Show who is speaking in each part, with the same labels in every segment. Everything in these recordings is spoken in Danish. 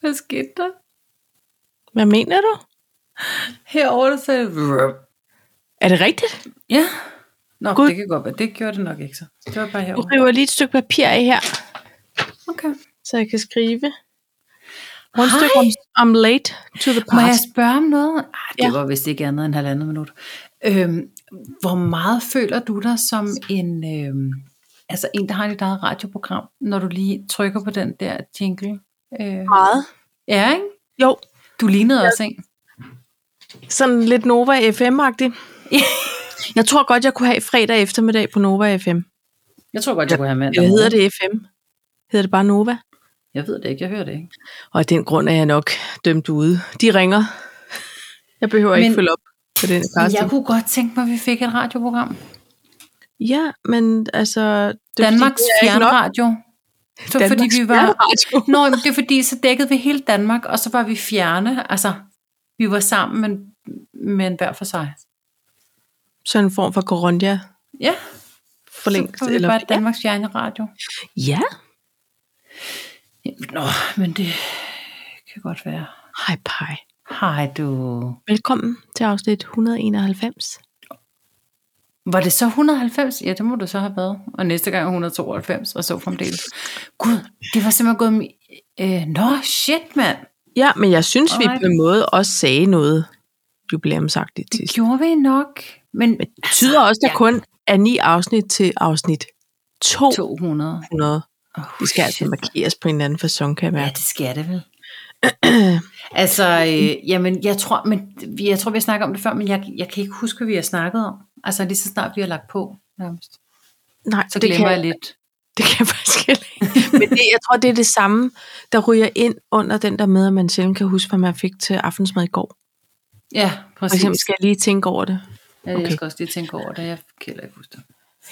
Speaker 1: Hvad skete der?
Speaker 2: Hvad mener du?
Speaker 1: Herover der sagde det vrup.
Speaker 2: Er det rigtigt?
Speaker 1: Ja. Nå,
Speaker 2: Gud.
Speaker 1: det kan godt være. Det gjorde det nok ikke så. Det var bare
Speaker 2: Du
Speaker 1: herovre.
Speaker 2: river lige et stykke papir af her,
Speaker 1: Okay.
Speaker 2: så jeg kan skrive. Rundstykke
Speaker 1: Hej.
Speaker 2: om, om late to the
Speaker 1: Må jeg
Speaker 2: past.
Speaker 1: spørge om noget? Arh, Ah, det
Speaker 2: Ja.
Speaker 1: ja. var vist ikke andet end halvandet minut. Øhm, hvor meget føler du dig som en, øhm, altså en, der har dit eget radioprogram, når du lige trykker på den der jingle? Øh,
Speaker 2: Meget.
Speaker 1: ja, ikke?
Speaker 2: Jo,
Speaker 1: Du lignede også en.
Speaker 2: sådan lidt Nova FM-agtig.
Speaker 1: Ja.
Speaker 2: jeg tror godt, jeg kunne have fredag eftermiddag på Nova FM.
Speaker 1: Jeg tror godt, jeg kunne have mandag.
Speaker 2: Eller hedder
Speaker 1: morgen.
Speaker 2: det FM? Hedder det bare Nova?
Speaker 1: Jeg ved det ikke, jeg hører det ikke.
Speaker 2: Og af den grund er jeg nok dømt ude. De ringer. Jeg behøver Men, ikke
Speaker 1: Men-
Speaker 2: følge op på den
Speaker 1: Men jeg
Speaker 2: casting.
Speaker 1: kunne godt tænke mig, at vi fik et radioprogram.
Speaker 2: Ja, men altså... Det er
Speaker 1: Danmarks
Speaker 2: fordi, det er ikke nok.
Speaker 1: fjernradio. Så fordi
Speaker 2: Danmarks
Speaker 1: vi var...
Speaker 2: fjernradio.
Speaker 1: Nå, jamen, det er fordi, så dækkede vi hele Danmark, og så var vi fjerne. Altså, vi var sammen, men, men hver for sig.
Speaker 2: Sådan en form for Corondia
Speaker 1: Ja,
Speaker 2: for længst.
Speaker 1: så var vi bare Danmarks fjernradio.
Speaker 2: ja.
Speaker 1: Nå, men det kan godt være.
Speaker 2: Hej, pej.
Speaker 1: Hej du.
Speaker 2: Velkommen til afsnit 191.
Speaker 1: Var det så 190? Ja, det må du så have været. Og næste gang 192, og så fremdeles. Gud, det var simpelthen gået... mi- Øh, nå, shit, mand.
Speaker 2: Ja, men jeg synes, vi
Speaker 1: Alright.
Speaker 2: på en måde også sagde noget jubilæumsagtigt til.
Speaker 1: Det gjorde vi nok. Men
Speaker 2: Men det betyder også, at der
Speaker 1: ja.
Speaker 2: kun er ni afsnit til afsnit 200.
Speaker 1: 200. Oh,
Speaker 2: Det skal altså
Speaker 1: shit.
Speaker 2: markeres på en eller anden façon, kan jeg
Speaker 1: Ja,
Speaker 2: mærke.
Speaker 1: det skal det vel. altså, øh, jamen, jeg tror, men, vi- jeg tror, vi har snakket om det før, men jeg, jeg kan ikke huske, hvad vi har snakket om. Altså, lige så snart vi har lagt på, nærmest.
Speaker 2: Nej,
Speaker 1: Så
Speaker 2: det
Speaker 1: glemmer
Speaker 2: kan,
Speaker 1: jeg lidt.
Speaker 2: det kan jeg faktisk heller ikke. Men det, jeg tror, det er det samme, der ryger ind under den der med, at man sjældent kan huske, hvad man fik til aftensmad i går.
Speaker 1: Ja,
Speaker 2: For
Speaker 1: præcis.
Speaker 2: eksempel skal jeg lige tænke over det.
Speaker 1: Ja, jeg
Speaker 2: okay.
Speaker 1: skal også lige tænke over det. Jeg kan heller ikke huske det.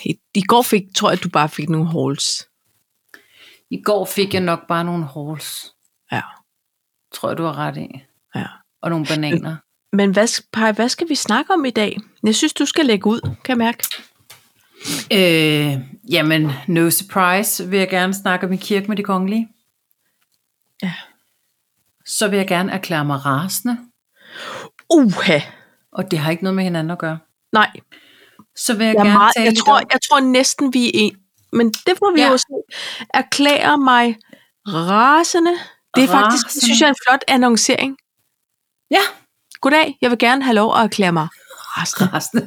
Speaker 2: I, i går fik, tror jeg, at du bare fik nogle halls.
Speaker 1: I går fik jeg nok bare nogle halls.
Speaker 2: Ja,
Speaker 1: Tror jeg, du har ret i.
Speaker 2: ja.
Speaker 1: Og nogle bananer.
Speaker 2: Men hvad, Paj, hvad skal vi snakke om i dag? Jeg synes, du skal lægge ud, kan jeg mærke.
Speaker 1: øh, jamen, no surprise vil jeg gerne snakke om i kirke med de kongelige.
Speaker 2: Ja.
Speaker 1: Så vil jeg gerne erklære mig rasende.
Speaker 2: Uha!
Speaker 1: Og det har ikke noget med hinanden at gøre.
Speaker 2: Nej,
Speaker 1: Så vil jeg,
Speaker 2: jeg, er
Speaker 1: gerne
Speaker 2: meget,
Speaker 1: tale
Speaker 2: jeg,
Speaker 1: lidt
Speaker 2: tror,
Speaker 1: om-
Speaker 2: jeg tror næsten, vi er en. Men det får vi
Speaker 1: Ja.
Speaker 2: ja. jo se. Erklærer mig rasende. Det er faktisk, det
Speaker 1: Rasende.
Speaker 2: synes jeg, er en flot annoncering.
Speaker 1: Ja,
Speaker 2: Goddag, jeg vil gerne have lov at erklære mig rasende.
Speaker 1: resten.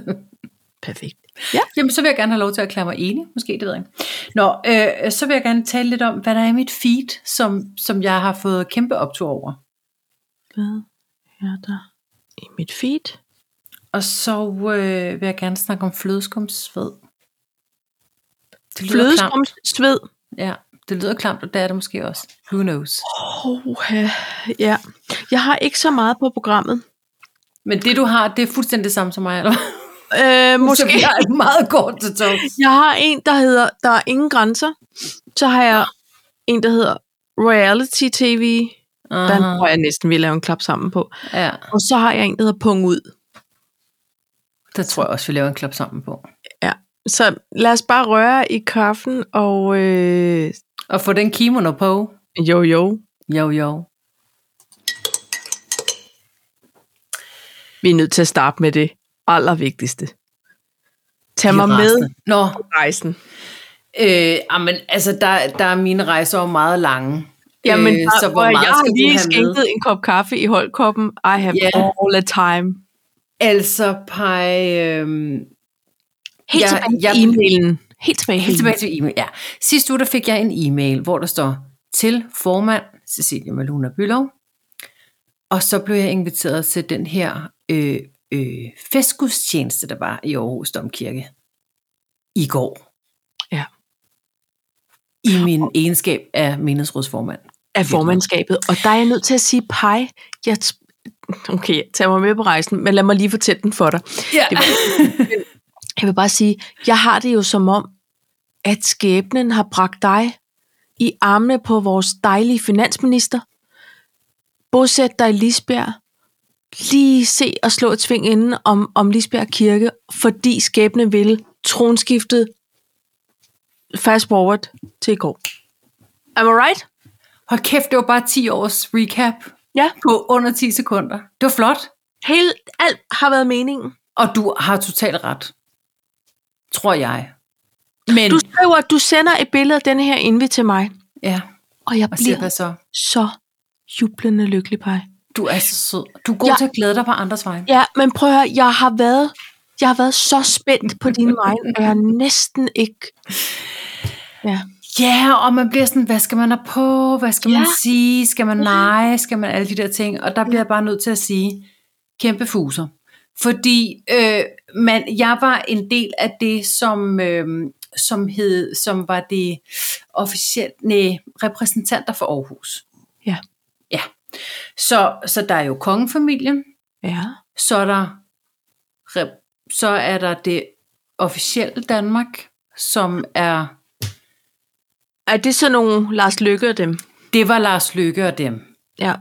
Speaker 2: Perfekt.
Speaker 1: Jamen, så vil jeg gerne have lov til at erklære mig enig. Måske, det ved jeg ikke. Nå, øh, så vil jeg gerne tale lidt om, hvad der er i mit feed, som, som jeg har fået kæmpe optur over.
Speaker 2: Hvad er der i mit feed?
Speaker 1: Og så øh, vil jeg gerne snakke om flødeskumsved. Det lyder klamt.
Speaker 2: Flødeskumsved.
Speaker 1: Ja, det lyder klamt, og det er det måske også. Who knows?
Speaker 2: Oha, ja. Jeg har ikke så meget på programmet.
Speaker 1: Men det, du har, det er fuldstændig det samme som mig, eller hvad?
Speaker 2: Øh,
Speaker 1: Så
Speaker 2: måske.
Speaker 1: vi har et meget kort til tog.
Speaker 2: Jeg har en, der hedder Der er ingen grænser. Så har jeg en, der hedder Reality TV. Den tror jeg næsten, vi laver en klap sammen på.
Speaker 1: Ja,
Speaker 2: Og så har jeg en, der hedder Pung ud.
Speaker 1: der tror jeg også, vi laver en klap sammen på.
Speaker 2: Så lad os bare røre i kaffen og øh,
Speaker 1: Og få den kimono på.
Speaker 2: jo jo.
Speaker 1: Jo, jo.
Speaker 2: Vi er nødt til at starte med det allervigtigste. Tag mig med
Speaker 1: Nå,
Speaker 2: på rejsen.
Speaker 1: Øh, amen, altså, der, der er mine rejser jo meget lange.
Speaker 2: Jamen,
Speaker 1: Øh,
Speaker 2: øh, så hvor jeg har lige
Speaker 1: du have med?
Speaker 2: skænket en kop kaffe i holdkoppen. I have
Speaker 1: Ja.
Speaker 2: yeah. all the time.
Speaker 1: Altså, pege... Øh,
Speaker 2: Helt
Speaker 1: Jeg-
Speaker 2: jeg, tilbage
Speaker 1: jeg-
Speaker 2: til e-mailen. Helt tilbage,
Speaker 1: helt tilbage til e-mail. Ja. Sidste uge, der fik jeg en e-mail, hvor der står til formand Cecilia Maluna Bylov. Og så blev jeg inviteret til den her øh, øh, festgudstjeneste, der var i Aarhus Domkirke i går.
Speaker 2: Ja.
Speaker 1: I min egenskab af menighedsrådsformand.
Speaker 2: af formandskabet. Og der er jeg nødt til at sige, pej, jeg t- okay, tag mig med på rejsen, men lad mig lige fortælle den for dig.
Speaker 1: Ja.
Speaker 2: Det Jeg vil bare sige, jeg har det jo som om, at skæbnen har bragt dig i armene på vores dejlige finansminister. Bosæt dig i Lisbjerg. Lige se og slå et sving inden om, om Lisbjerg Kirke, fordi skæbnen vil tronskiftet fast forward til i går. Am I right?
Speaker 1: Hold kæft, det var bare 10 års recap
Speaker 2: Ja.
Speaker 1: på under 10 sekunder. Det var flot,
Speaker 2: Hele, alt har været meningen.
Speaker 1: og du har totalt ret. Tror jeg. Men,
Speaker 2: Du skriver, at du sender et billede af denne her envy til mig,
Speaker 1: ja,
Speaker 2: og jeg
Speaker 1: og se
Speaker 2: bliver
Speaker 1: hvad så.
Speaker 2: så jublende lykkelig, Paj.
Speaker 1: Du er så sød. Du er god
Speaker 2: Ja.
Speaker 1: ja. til at glæde dig på andres vegne.
Speaker 2: Ja, men prøv at høre, jeg har været, jeg har været så spændt på din vej, og jeg er næsten ikke...
Speaker 1: Ja, yeah, og man bliver sådan, hvad skal man have på? Hvad skal man
Speaker 2: Ja.
Speaker 1: sige? Skal man nej? Skal man alle de der ting? Og der bliver jeg bare nødt til at sige, kæmpe fuser. Fordi øh, man, jeg var en del af det, som, øh, som, hed, som var det officielt nej, repræsentanter for Aarhus.
Speaker 2: Ja.
Speaker 1: Ja. Så, så der er jo kongefamilien,
Speaker 2: Ja,
Speaker 1: så er der, rep- så er der det officielle Danmark, som er
Speaker 2: er det så nogle Lars Lykke og dem?
Speaker 1: Det var Lars Lykke og dem.
Speaker 2: Ja.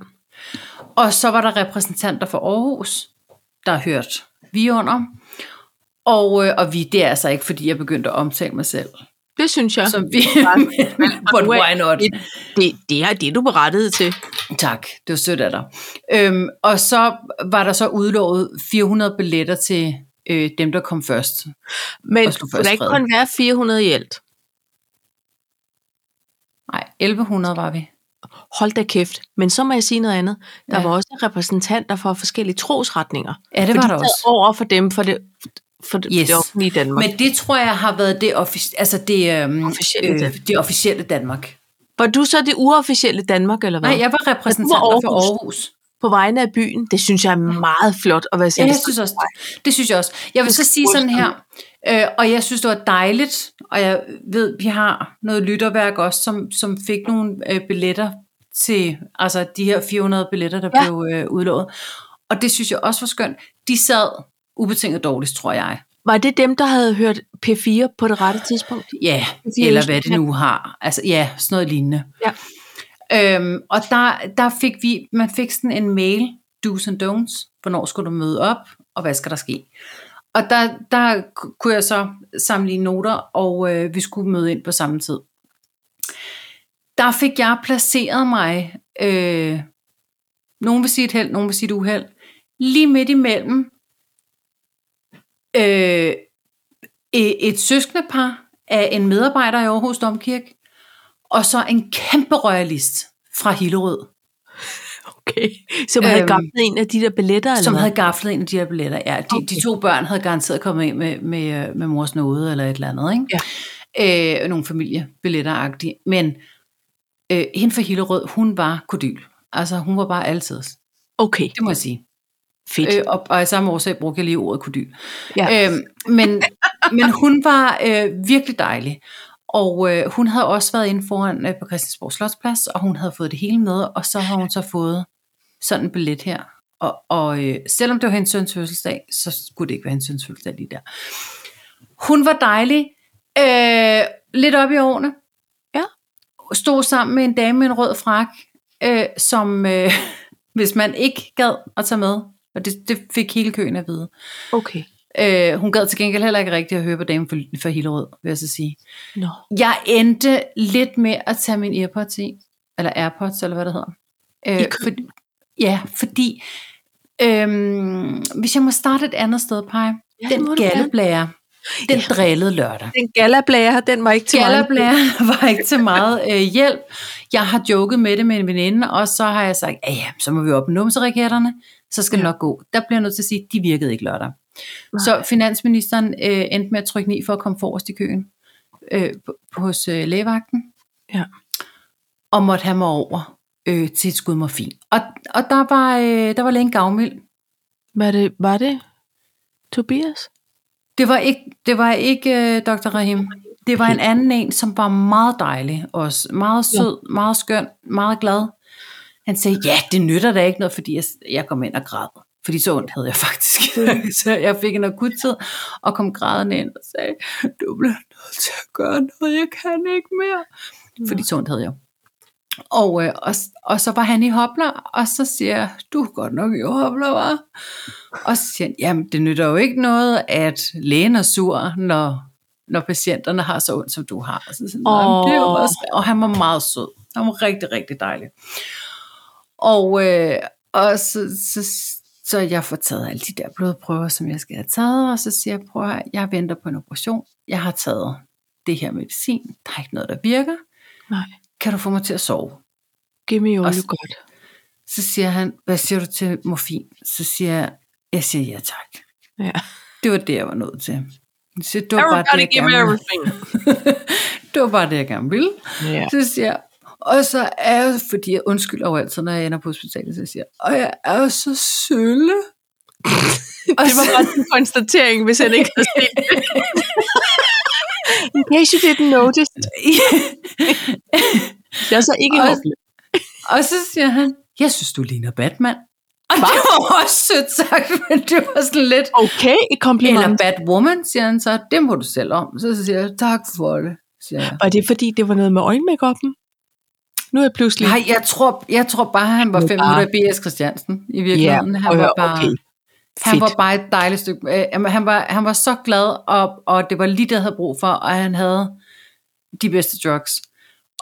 Speaker 1: Og så var der repræsentanter for Aarhus, der hørt vi under. Og, øh, og vi, det er altså ikke, fordi jeg begyndte at omtale mig selv.
Speaker 2: Det synes jeg.
Speaker 1: Som vi, but why not?
Speaker 2: Det, det er det, du berettiget til.
Speaker 1: Tak, det var sødt af dig. Øhm, og så var der så udlovet 400 billetter til øh, dem, der kom først.
Speaker 2: Men
Speaker 1: Og slå
Speaker 2: kunne der
Speaker 1: først
Speaker 2: ikke
Speaker 1: fred.
Speaker 2: kun være 400 i alt?
Speaker 1: Nej, 1100 var vi.
Speaker 2: Hold da kæft. Men så må jeg sige noget andet. Der
Speaker 1: Ja.
Speaker 2: var også repræsentanter for forskellige trosretninger.
Speaker 1: Ja, det var
Speaker 2: for
Speaker 1: der
Speaker 2: de sad
Speaker 1: også.
Speaker 2: over for dem for det, for det, yes.
Speaker 1: Yes.
Speaker 2: for det offentlige Danmark. Men,
Speaker 1: Men det tror jeg har været det, offic- altså det, øhm,
Speaker 2: Officielle
Speaker 1: øh,
Speaker 2: Danmark.
Speaker 1: det officielle Danmark.
Speaker 2: var du så det uofficielle Danmark, eller hvad?
Speaker 1: Nej, jeg var repræsentant for
Speaker 2: Aarhus.
Speaker 1: Aarhus.
Speaker 2: På vegne af byen. Det synes jeg er meget flot at være
Speaker 1: Ja, jeg
Speaker 2: sådan.
Speaker 1: synes også, det synes jeg også. Jeg vil så sige sådan her, øh, og jeg synes, det var dejligt, og jeg ved, vi har noget lytterværk også, som, som fik nogle øh, billetter til, altså de her 400 billetter, der
Speaker 2: Ja.
Speaker 1: ja. blev øh, udlået. Og det synes jeg også var skønt. De sad ubetinget dårligt, tror jeg.
Speaker 2: Var det dem, der havde hørt P4 på det rette tidspunkt?
Speaker 1: Ja,
Speaker 2: er
Speaker 1: eller
Speaker 2: jo
Speaker 1: hvad det
Speaker 2: sådan,
Speaker 1: nu har. Altså ja, sådan noget lignende.
Speaker 2: Ja.
Speaker 1: Øhm, og der, der fik vi, man fik sådan en mail, do's and don'ts, hvornår skulle du møde op, og hvad skal der ske? Og der, der ku- kunne jeg så sammenligne noter, og øh, vi skulle møde ind på samme tid. Der fik jeg placeret mig, øh, nogen vil sige et held, nogen vil sige et uheld, lige midt imellem øh, e- et søskendepar af en medarbejder i Aarhus Domkirke, og så en kæmpe royalist fra Hillerød,
Speaker 2: Okay. Som havde
Speaker 1: Øhm,
Speaker 2: gammelt en af de der billetter, eller
Speaker 1: som
Speaker 2: hvad?
Speaker 1: havde gaflet en af de her billetter. Ja, de, okay.
Speaker 2: Okay.
Speaker 1: de to børn havde garanteret kommet ind med, med, øh, med mors nåde eller et eller andet. Ikke? Ja. Øh, nogle familiebilletter Men øh, hende fra Hillerød, hun var kodyl. Altså, hun var bare altid.
Speaker 2: Okay,
Speaker 1: Det må jeg sige.
Speaker 2: fedt.
Speaker 1: Øh, og, og af samme årsag brugte jeg lige ordet kodyl.
Speaker 2: ja.
Speaker 1: Øhm, men, men hun var øh, virkelig dejlig. Og øh, hun havde også været inde foran øh, på Christiansborg Slotsplads, og hun havde fået det hele med, og så har hun så fået sådan en billet her. Og, og øh, selvom det var hendes søns fødselsdag, så skulle det ikke være hendes søns fødselsdag lige der. Hun var dejlig, øh, lidt op i årene.
Speaker 2: Ja.
Speaker 1: Stod sammen med en dame med en rød frak, øh, som øh, hvis man ikke gad at tage med, og det, det fik hele køen at vide,
Speaker 2: Okay.
Speaker 1: Øh, hun gad til gengæld heller ikke rigtig at høre på damen for, for Hillerød, vil jeg så sige.
Speaker 2: Nå.
Speaker 1: Jeg endte lidt med at tage min Airpods i, eller Airpods, eller hvad det hedder. Øh,
Speaker 2: I kø-
Speaker 1: for, ja, fordi øhm, hvis jeg må starte et andet sted, Paj.
Speaker 2: Ja, det
Speaker 1: den
Speaker 2: må du gerne.
Speaker 1: galleblære, den
Speaker 2: Ja.
Speaker 1: drillede lørdag.
Speaker 2: Den galablære, den var ikke til mig.
Speaker 1: Gallablære var ikke til meget øh, hjælp. Jeg har joket med det med en veninde, og så har jeg sagt, "Ah ja, så må vi op med numseraketterne, så skal det
Speaker 2: Ja.
Speaker 1: nok gå. Der bliver jeg nødt til at sige, at de virkede ikke lørdag. Så finansministeren øh, endte med at trykke ned for at komme forrest i køen øh, på- hos øh, lægevagten.
Speaker 2: Ja.
Speaker 1: Og måtte have mig over øh, til et skud morfin. Og, og der var, øh, der var længe gavmild.
Speaker 2: Var det, var det Tobias?
Speaker 1: Det var ikke, det var ikke øh, Dr. Rahim. Det var en anden en, som var meget dejlig også. Meget sød, ja. meget skøn, meget glad. Han sagde, ja, det nytter da ikke noget, fordi jeg, jeg kom ind og græd. Fordi så ondt havde jeg faktisk. så jeg fik en akuttid og kom grædende ind og sagde, du bliver nødt til at gøre noget, jeg kan ikke mere. Fordi så ondt havde jeg. Og, øh, og, og så var han i hopler, og så siger jeg, du er godt nok i hopler, var. Og så siger han, jamen det nytter jo ikke noget, at lægen er sur, når, når patienterne har så ondt, som du har. Og, så sådan, oh. det er jo
Speaker 2: Åh.
Speaker 1: også, og han var meget sød. Han var rigtig, rigtig dejlig. Og, øh, og så, så, så jeg får taget alle de der blodprøver, som jeg skal have taget, og så siger jeg, prøv at høre, jeg venter på en operation. Jeg har taget det her medicin. Der er ikke noget, der virker.
Speaker 2: Nej.
Speaker 1: Kan du få mig til at sove?
Speaker 2: Giv mig jo
Speaker 1: Også-
Speaker 2: godt.
Speaker 1: Så siger han, hvad siger du til morfin? Så siger jeg, jeg siger ja tak.
Speaker 2: Ja.
Speaker 1: Det var det, jeg var nødt til. Så det var bare det, jeg gerne,
Speaker 2: everything.
Speaker 1: det var bare det, jeg gerne ville.
Speaker 2: Ja.
Speaker 1: Så siger jeg, og så er jeg, fordi jeg undskylder jo altid, når jeg ender på hospitalet, så siger jeg, og jeg er jo så sølle. og
Speaker 2: Det var
Speaker 1: så-
Speaker 2: bare en konstatering, hvis han ikke havde set det. In case you didn't notice. Jeg er så ikke
Speaker 1: Og-
Speaker 2: håbløs.
Speaker 1: Og så siger han, jeg synes, du ligner Batman. Og det var også sødt sagt, men det var sådan lidt,
Speaker 2: Okay, et
Speaker 1: eller
Speaker 2: kompliment.
Speaker 1: Batwoman, siger han så, det må du selv om. Så siger jeg, tak for det, siger jeg.
Speaker 2: Var det fordi, det var noget med øjenmakeupen? Nu er jeg pludselig...
Speaker 1: Nej, jeg tror, jeg tror bare, han var
Speaker 2: var
Speaker 1: fem
Speaker 2: bare-
Speaker 1: minutter i B.S. Christiansen i virkeligheden.
Speaker 2: prøv
Speaker 1: han,
Speaker 2: at
Speaker 1: var
Speaker 2: høre,
Speaker 1: bare,
Speaker 2: okay.
Speaker 1: han var
Speaker 2: Fedt.
Speaker 1: bare et dejligt stykke. Øh, jamen, han, var, han var så glad, og, og det var lige det, jeg havde brug for, og han havde de bedste drugs.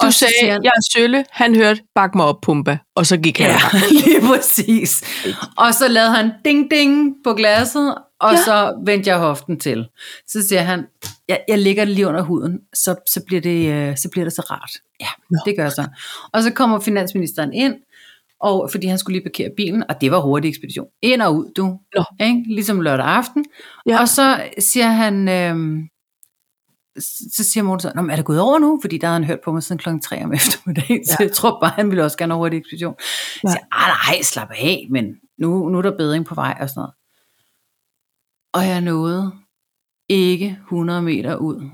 Speaker 2: Du
Speaker 1: og så
Speaker 2: sagde,
Speaker 1: siger han,
Speaker 2: jeg er sølle. Han hørte, bak mig op, pumpe. Og så gik han.
Speaker 1: Ja,
Speaker 2: bare.
Speaker 1: lige præcis. Og så lavede han ding-ding på glasset, og
Speaker 2: Ja.
Speaker 1: ja. så vendte jeg hoften til. Så siger han, jeg, jeg ligger det lige under huden, så, så, bliver det, øh, så bliver det så rart. Ja,
Speaker 2: Nå.
Speaker 1: det gør så. Og så kommer finansministeren ind, og fordi han skulle lige parkere bilen, og det var hurtig ekspedition. Ind og ud, du.
Speaker 2: Nå.
Speaker 1: Ikke? Ligesom lørdag aften.
Speaker 2: Ja.
Speaker 1: Ja. Og så siger han, øh, så siger Morten så, "Nå, men er det gået over nu? Fordi der havde han hørt på mig siden klokken 3 om eftermiddagen, ja. så
Speaker 2: Ja.
Speaker 1: jeg tror bare, han ville også gerne have hurtig ekspedition. Nej.
Speaker 2: Nej.
Speaker 1: Så jeg, "Ah, nej, slap af, men nu, nu er der bedring på vej og sådan noget. Og jeg nåede ikke 100 meter ud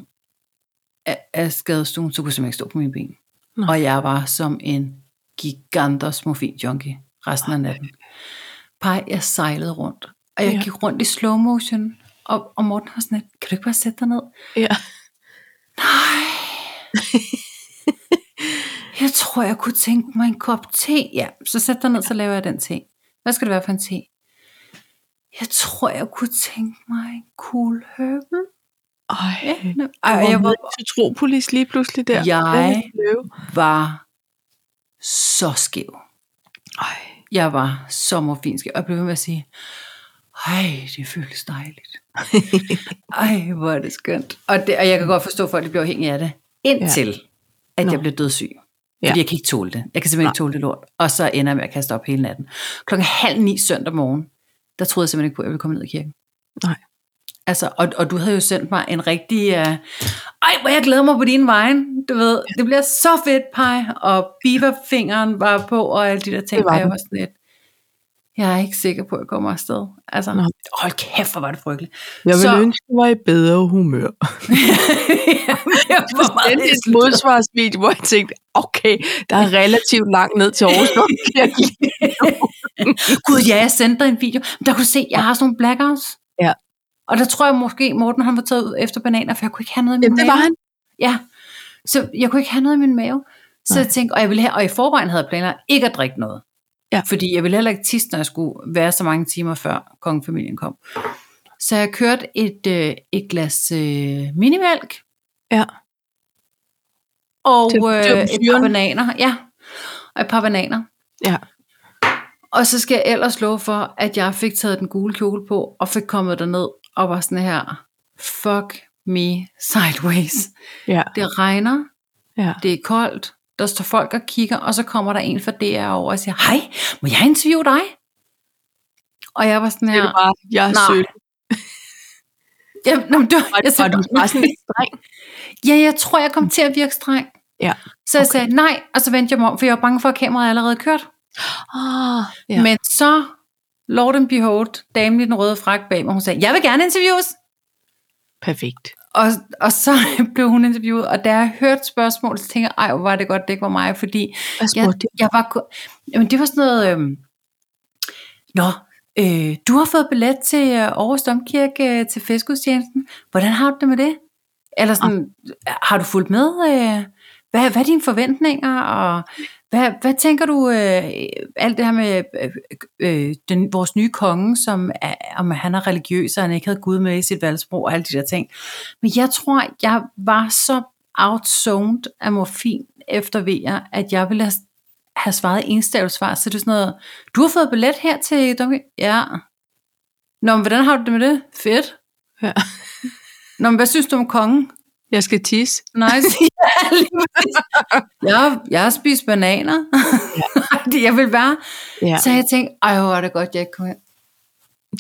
Speaker 1: af, af skadestuen, så kunne jeg simpelthen ikke stå på mine ben. Nej.
Speaker 2: Nej.
Speaker 1: Og jeg var som en gigantos morfin-junkie resten af natten. Bare jeg sejlede rundt, og jeg
Speaker 2: Ja.
Speaker 1: ja. gik rundt i slow motion, og, og Morten var sådan lidt, kan du ikke bare sætte dig ned?
Speaker 2: Ja.
Speaker 1: Nej. jeg tror, jeg kunne tænke mig en kop te. Ja, så sæt dig ned, så laver jeg den te. Hvad skal det være for en te? Jeg tror, jeg kunne tænke mig en cool herbal.
Speaker 2: Ej.
Speaker 1: Ja, nå.
Speaker 2: Ej,
Speaker 1: Ej, jeg var,
Speaker 2: Metropolis lige pludselig der.
Speaker 1: Jeg-
Speaker 2: Hvad vil du lave?
Speaker 1: var så skæv.
Speaker 2: Ej.
Speaker 1: Jeg var så morfinsk. Og jeg blev ved med at sige, ej, det føles dejligt. ej, hvor er det skønt. Og, det, og jeg kan godt forstå, at folk de bliver afhængige af det. Indtil, ja. at
Speaker 2: Nå.
Speaker 1: jeg blev dødssyg.
Speaker 2: Ja.
Speaker 1: Fordi jeg kan ikke tåle det. Jeg kan simpelthen ikke tåle det lort. Og så ender jeg med at kaste op hele natten. Klokken halv ni søndag morgen, der troede jeg simpelthen ikke på, at jeg ville komme ned i kirken.
Speaker 2: Nej.
Speaker 1: Altså, og, og du havde jo sendt mig en rigtig... Øh, Ej, hvor jeg glæder mig på din vejen. Du ved, det bliver så fedt, Paj. Og biverfingeren var på, og alle de der ting.
Speaker 2: Det var
Speaker 1: og jeg
Speaker 2: den.
Speaker 1: var sådan lidt, jeg er ikke sikker på, at jeg kommer afsted. Altså,
Speaker 2: Nå.
Speaker 1: hold kæft, hvor var det frygteligt.
Speaker 2: Jeg ville
Speaker 1: Så-
Speaker 2: ønske, at jeg var i bedre humør.
Speaker 1: jeg var meget
Speaker 2: sendte et
Speaker 1: nedslået.
Speaker 2: modsvarsvideo, hvor jeg tænkte, okay, der er relativt langt ned til Aarhus. Hvor kan jeg lige-
Speaker 1: Gud, ja, jeg sendte dig en video. Men der kunne du se, jeg har sådan nogle blackouts.
Speaker 2: Ja.
Speaker 1: Og der tror jeg måske, Morten han var taget ud efter bananer, for jeg kunne ikke have noget i min
Speaker 2: Jamen, det
Speaker 1: mave.
Speaker 2: var han.
Speaker 1: Ja. Så jeg kunne ikke have noget i min mave. Så
Speaker 2: Nej.
Speaker 1: jeg tænkte, og, jeg ville have, og i forvejen havde jeg planer ikke at drikke noget.
Speaker 2: Ja.
Speaker 1: Fordi jeg ville heller ikke tisse, når jeg skulle være så mange timer før kongefamilien kom. Så jeg kørte et, øh, et glas øh, minimælk.
Speaker 2: Ja.
Speaker 1: Og
Speaker 2: Det- det var
Speaker 1: øh, et par
Speaker 2: fyren.
Speaker 1: bananer. Ja. Og et par bananer.
Speaker 2: Ja.
Speaker 1: Og så skal jeg ellers love for, at jeg fik taget den gule kjole på, og fik kommet derned, og var sådan her, fuck me sideways.
Speaker 2: Ja.
Speaker 1: Det regner,
Speaker 2: ja.
Speaker 1: det er koldt, der står folk og kigger, og så kommer der en fra DR over og siger, hej, må jeg interviewe dig? Og jeg var sådan
Speaker 2: Det
Speaker 1: her,
Speaker 2: var bare, jeg er
Speaker 1: Nej.
Speaker 2: søl.
Speaker 1: jamen, jamen, det var,
Speaker 2: Og
Speaker 1: jeg,
Speaker 2: og du
Speaker 1: sagde,
Speaker 2: var sådan lidt streng.
Speaker 1: ja, jeg tror, jeg kom til at virke streng.
Speaker 2: Ja,
Speaker 1: Så jeg
Speaker 2: okay.
Speaker 1: sagde nej, og så vendte jeg mig om, for jeg var bange for, at kameraet allerede kørt.
Speaker 2: Ah, ja.
Speaker 1: Ja. Men så, Lord and behold, damen i den røde frak bag mig, hun sagde, jeg vil gerne interviews.
Speaker 2: Perfekt.
Speaker 1: Og, og så blev hun interviewet, og da jeg hørte spørgsmålet, så tænkte jeg, ej, hvor var det godt, det ikke var mig, fordi
Speaker 2: Hvad
Speaker 1: jeg,
Speaker 2: spurgte
Speaker 1: jeg var... ku- Jamen, det var sådan noget... Øhm, Nå, øh, du har fået billet til øh, Aarhus Domkirke øh, til festgudstjenesten. Hvordan har du det med det? Eller sådan, har du fulgt med? Øh, hvad, hvad er dine forventninger? Og hvad, hvad tænker du, øh, alt det her med øh, øh, den, vores nye konge, som er, om han er religiøs, og han ikke havde Gud med i sit valgsprog og alle de der ting. Men jeg tror, jeg var så outzoned af morfin efter VR, at jeg ville have, have svaret enstavelsvar. Så det er sådan noget, du har fået billet her til Donkey? Ja. Nå, men hvordan har du det med det? Fedt.
Speaker 2: Ja.
Speaker 1: Nå, men hvad synes du om kongen?
Speaker 2: Jeg skal tisse.
Speaker 1: Nice. Ja, lige præcis. jeg, har- jeg har spist bananer. Det- jeg vil bare...
Speaker 2: Ja.
Speaker 1: Ja. Så jeg tænkte, ej, hvor er det godt, jeg ikke kom her.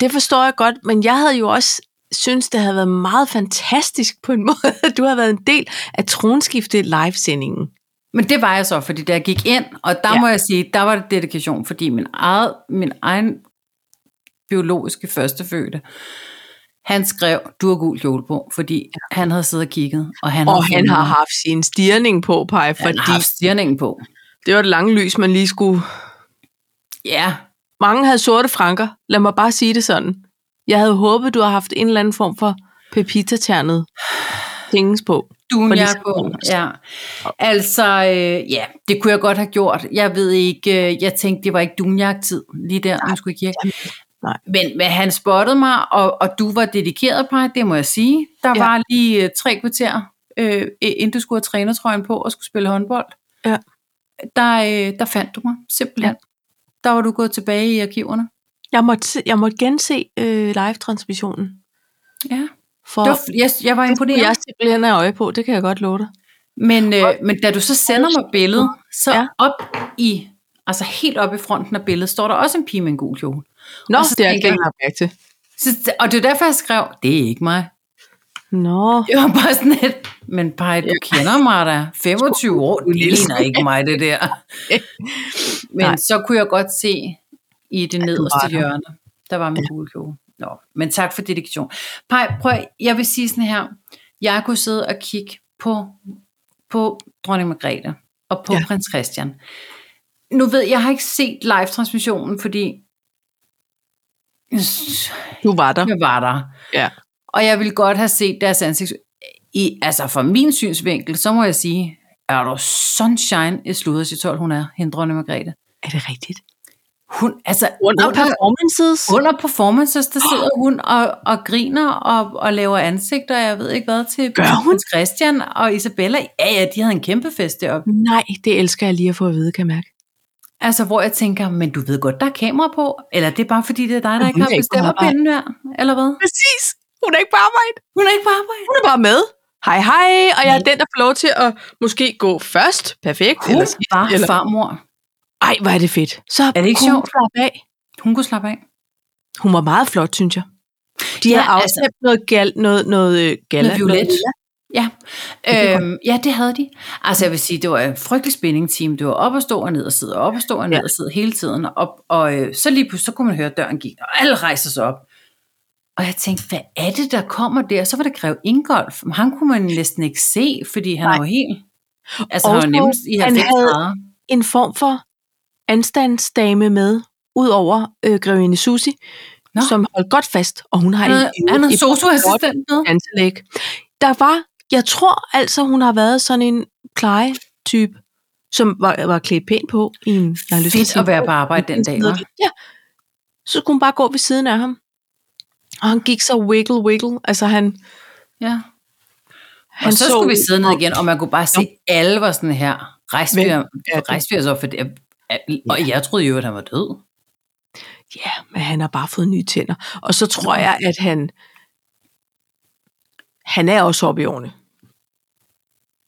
Speaker 2: Det forstår jeg godt, men jeg havde jo også synes det havde været meget fantastisk på en måde, at du har været en del af tronskifte livesendingen.
Speaker 1: Men det var jeg så, fordi da jeg gik ind, og der
Speaker 2: Ja.
Speaker 1: ja. må jeg sige, der var det dedikation, fordi min, eget, min egen biologiske førstefødte, han skrev, du har gul kjole på, fordi han havde siddet og kigget, og han,
Speaker 2: Og han har
Speaker 1: haft,
Speaker 2: haft sin stirning på, Paj,
Speaker 1: han har
Speaker 2: fordi
Speaker 1: haft stirningen på.
Speaker 2: det var et langt lys, man lige skulle...
Speaker 1: Ja,
Speaker 2: Mange havde sorte franker, lad mig bare sige det sådan. Jeg havde håbet, du havde haft en eller anden form for pepita-ternet tingens på. For
Speaker 1: Dunja
Speaker 2: ligesom-
Speaker 1: på, ja. Altså, øh, ja, det kunne jeg godt have gjort. Jeg ved ikke, øh, jeg tænkte, det var ikke dunjak-tid lige der, man skulle i kirke.
Speaker 2: Nej.
Speaker 1: Men, men han spottede mig, og, og du var dedikeret på det må jeg sige. Der
Speaker 2: Ja.
Speaker 1: ja. var lige øh, tre kvarter, øh, inden du skulle have trænertrøjen på og skulle spille håndbold.
Speaker 2: Ja.
Speaker 1: Der, øh, der fandt du mig, simpelthen.
Speaker 2: Ja.
Speaker 1: Ja. Der var du gået tilbage i arkiverne.
Speaker 2: Jeg måtte, se- jeg måtte gense øh, live-transmissionen.
Speaker 1: Ja.
Speaker 2: For
Speaker 1: Det var, jeg, jeg var
Speaker 2: det skulle
Speaker 1: imponeret.
Speaker 2: jeg simpelthen have øje på, det kan jeg godt love dig.
Speaker 1: Men, øh, men da du så sender mig billedet, så
Speaker 2: Ja.
Speaker 1: ja. op i, altså helt op i fronten af billedet, står der også en pige med en gul kjole.
Speaker 2: Nå,
Speaker 1: Og så
Speaker 2: det har jeg
Speaker 1: tænker
Speaker 2: ikke lagt mærke til.
Speaker 1: Så, og det er derfor, jeg skrev, det er ikke mig.
Speaker 2: Nå,
Speaker 1: Det var bare sådan et, men Paj, du kender mig da. 25 år, det ligner ikke mig, det der. Men
Speaker 2: Nej.
Speaker 1: Nej. så kunne jeg godt se i det
Speaker 2: var
Speaker 1: nederste
Speaker 2: der.
Speaker 1: hjørne, der var min gule kjole. Nå, men tak for dedikation. Paj, prøv, jeg vil sige sådan her. Jeg kunne sidde og kigge på, på dronning Margrethe og på
Speaker 2: Ja.
Speaker 1: ja. prins Christian. Nu ved jeg, jeg har ikke set live-transmissionen, fordi
Speaker 2: du var der.
Speaker 1: jeg var der.
Speaker 2: Ja.
Speaker 1: Og jeg ville godt have set deres ansigt. I, altså fra min synsvinkel, så må jeg sige, er du sunshine i sludder i 12, hun er, hende dronning Margrethe.
Speaker 2: Er det rigtigt?
Speaker 1: Hun, altså,
Speaker 2: Under performances?
Speaker 1: under performances, der sidder hun og, og griner og, og laver ansigter, jeg ved ikke hvad, til
Speaker 2: Gør hun?
Speaker 1: prins Christian og Isabella. Ja, ja, de havde en kæmpe fest deroppe.
Speaker 2: Nej, det elsker jeg lige at få at vide, kan jeg mærke.
Speaker 1: Altså, hvor jeg tænker, men du ved godt, der er kamera på, eller det er bare fordi, det er dig, der ikke
Speaker 2: hun
Speaker 1: har
Speaker 2: er ikke på
Speaker 1: bestemmerpinden her, eller hvad?
Speaker 2: Præcis. Hun er ikke på arbejde.
Speaker 1: Hun er ikke på arbejde.
Speaker 2: Hun er bare med. Hej, hej. Og jeg er den, der får lov til at måske gå først. Perfekt.
Speaker 1: Hun
Speaker 2: eller sidst,
Speaker 1: var
Speaker 2: eller...
Speaker 1: farmor.
Speaker 2: Ej, hvor er det fedt. Så
Speaker 1: Er det ikke
Speaker 2: kunne hun
Speaker 1: sjovt?
Speaker 2: slappe af.
Speaker 1: Hun kunne slappe af.
Speaker 2: Hun var meget flot, synes jeg. De
Speaker 1: Ja,
Speaker 2: har
Speaker 1: altså-
Speaker 2: afstemt noget gal, noget, noget øh, gala.
Speaker 1: Med violet.
Speaker 2: Noget,
Speaker 1: Ja.
Speaker 2: det er
Speaker 1: Øhm, ja, det havde de. Altså jeg vil sige, det var en frygtelig spændingsteam. Det var op og stå og ned og sidde, og op og stå og ned
Speaker 2: Ja.
Speaker 1: og sidde hele tiden. Og, og øh, så lige pludselig, så kunne man høre, at døren gik, og alle rejser sig op. Og jeg tænkte, hvad er det, der kommer der? Så var det Grev Ingolf. Men ham kunne man næsten ikke se, fordi han
Speaker 2: Nej.
Speaker 1: var jo helt... Altså, han var
Speaker 2: Også,
Speaker 1: nemmest i
Speaker 2: han
Speaker 1: 90
Speaker 2: havde-
Speaker 1: grader.
Speaker 2: en form for anstandsdame med, udover øh, Grevinde Susi,
Speaker 1: Nå.
Speaker 2: som holdt godt fast, og hun har
Speaker 1: Han havde,
Speaker 2: i øvrigt
Speaker 1: han havde
Speaker 2: et
Speaker 1: socioassistent med.
Speaker 2: danselæg. Der var, jeg tror altså, hun har været sådan en pleje-type, som var, var klædt pænt på i en, jeg har lyst til
Speaker 1: Fedt
Speaker 2: sige,
Speaker 1: at være på arbejde den dag, var.
Speaker 2: Ja. Så skulle hun bare gå ved siden af ham. Og han gik så wiggle, wiggle. Altså han,
Speaker 1: Ja.
Speaker 2: han
Speaker 1: Og så, så skulle vi sidde ned igen, og man kunne bare se,
Speaker 2: Nå.
Speaker 1: alle var sådan her. Rejste
Speaker 2: Hvem
Speaker 1: vi,
Speaker 2: er det?
Speaker 1: rejste vi os op, for det, og jeg troede jo, at han var død.
Speaker 2: Ja, men han har bare fået nye tænder. Og så tror jeg, at han, han er også oppe i årene.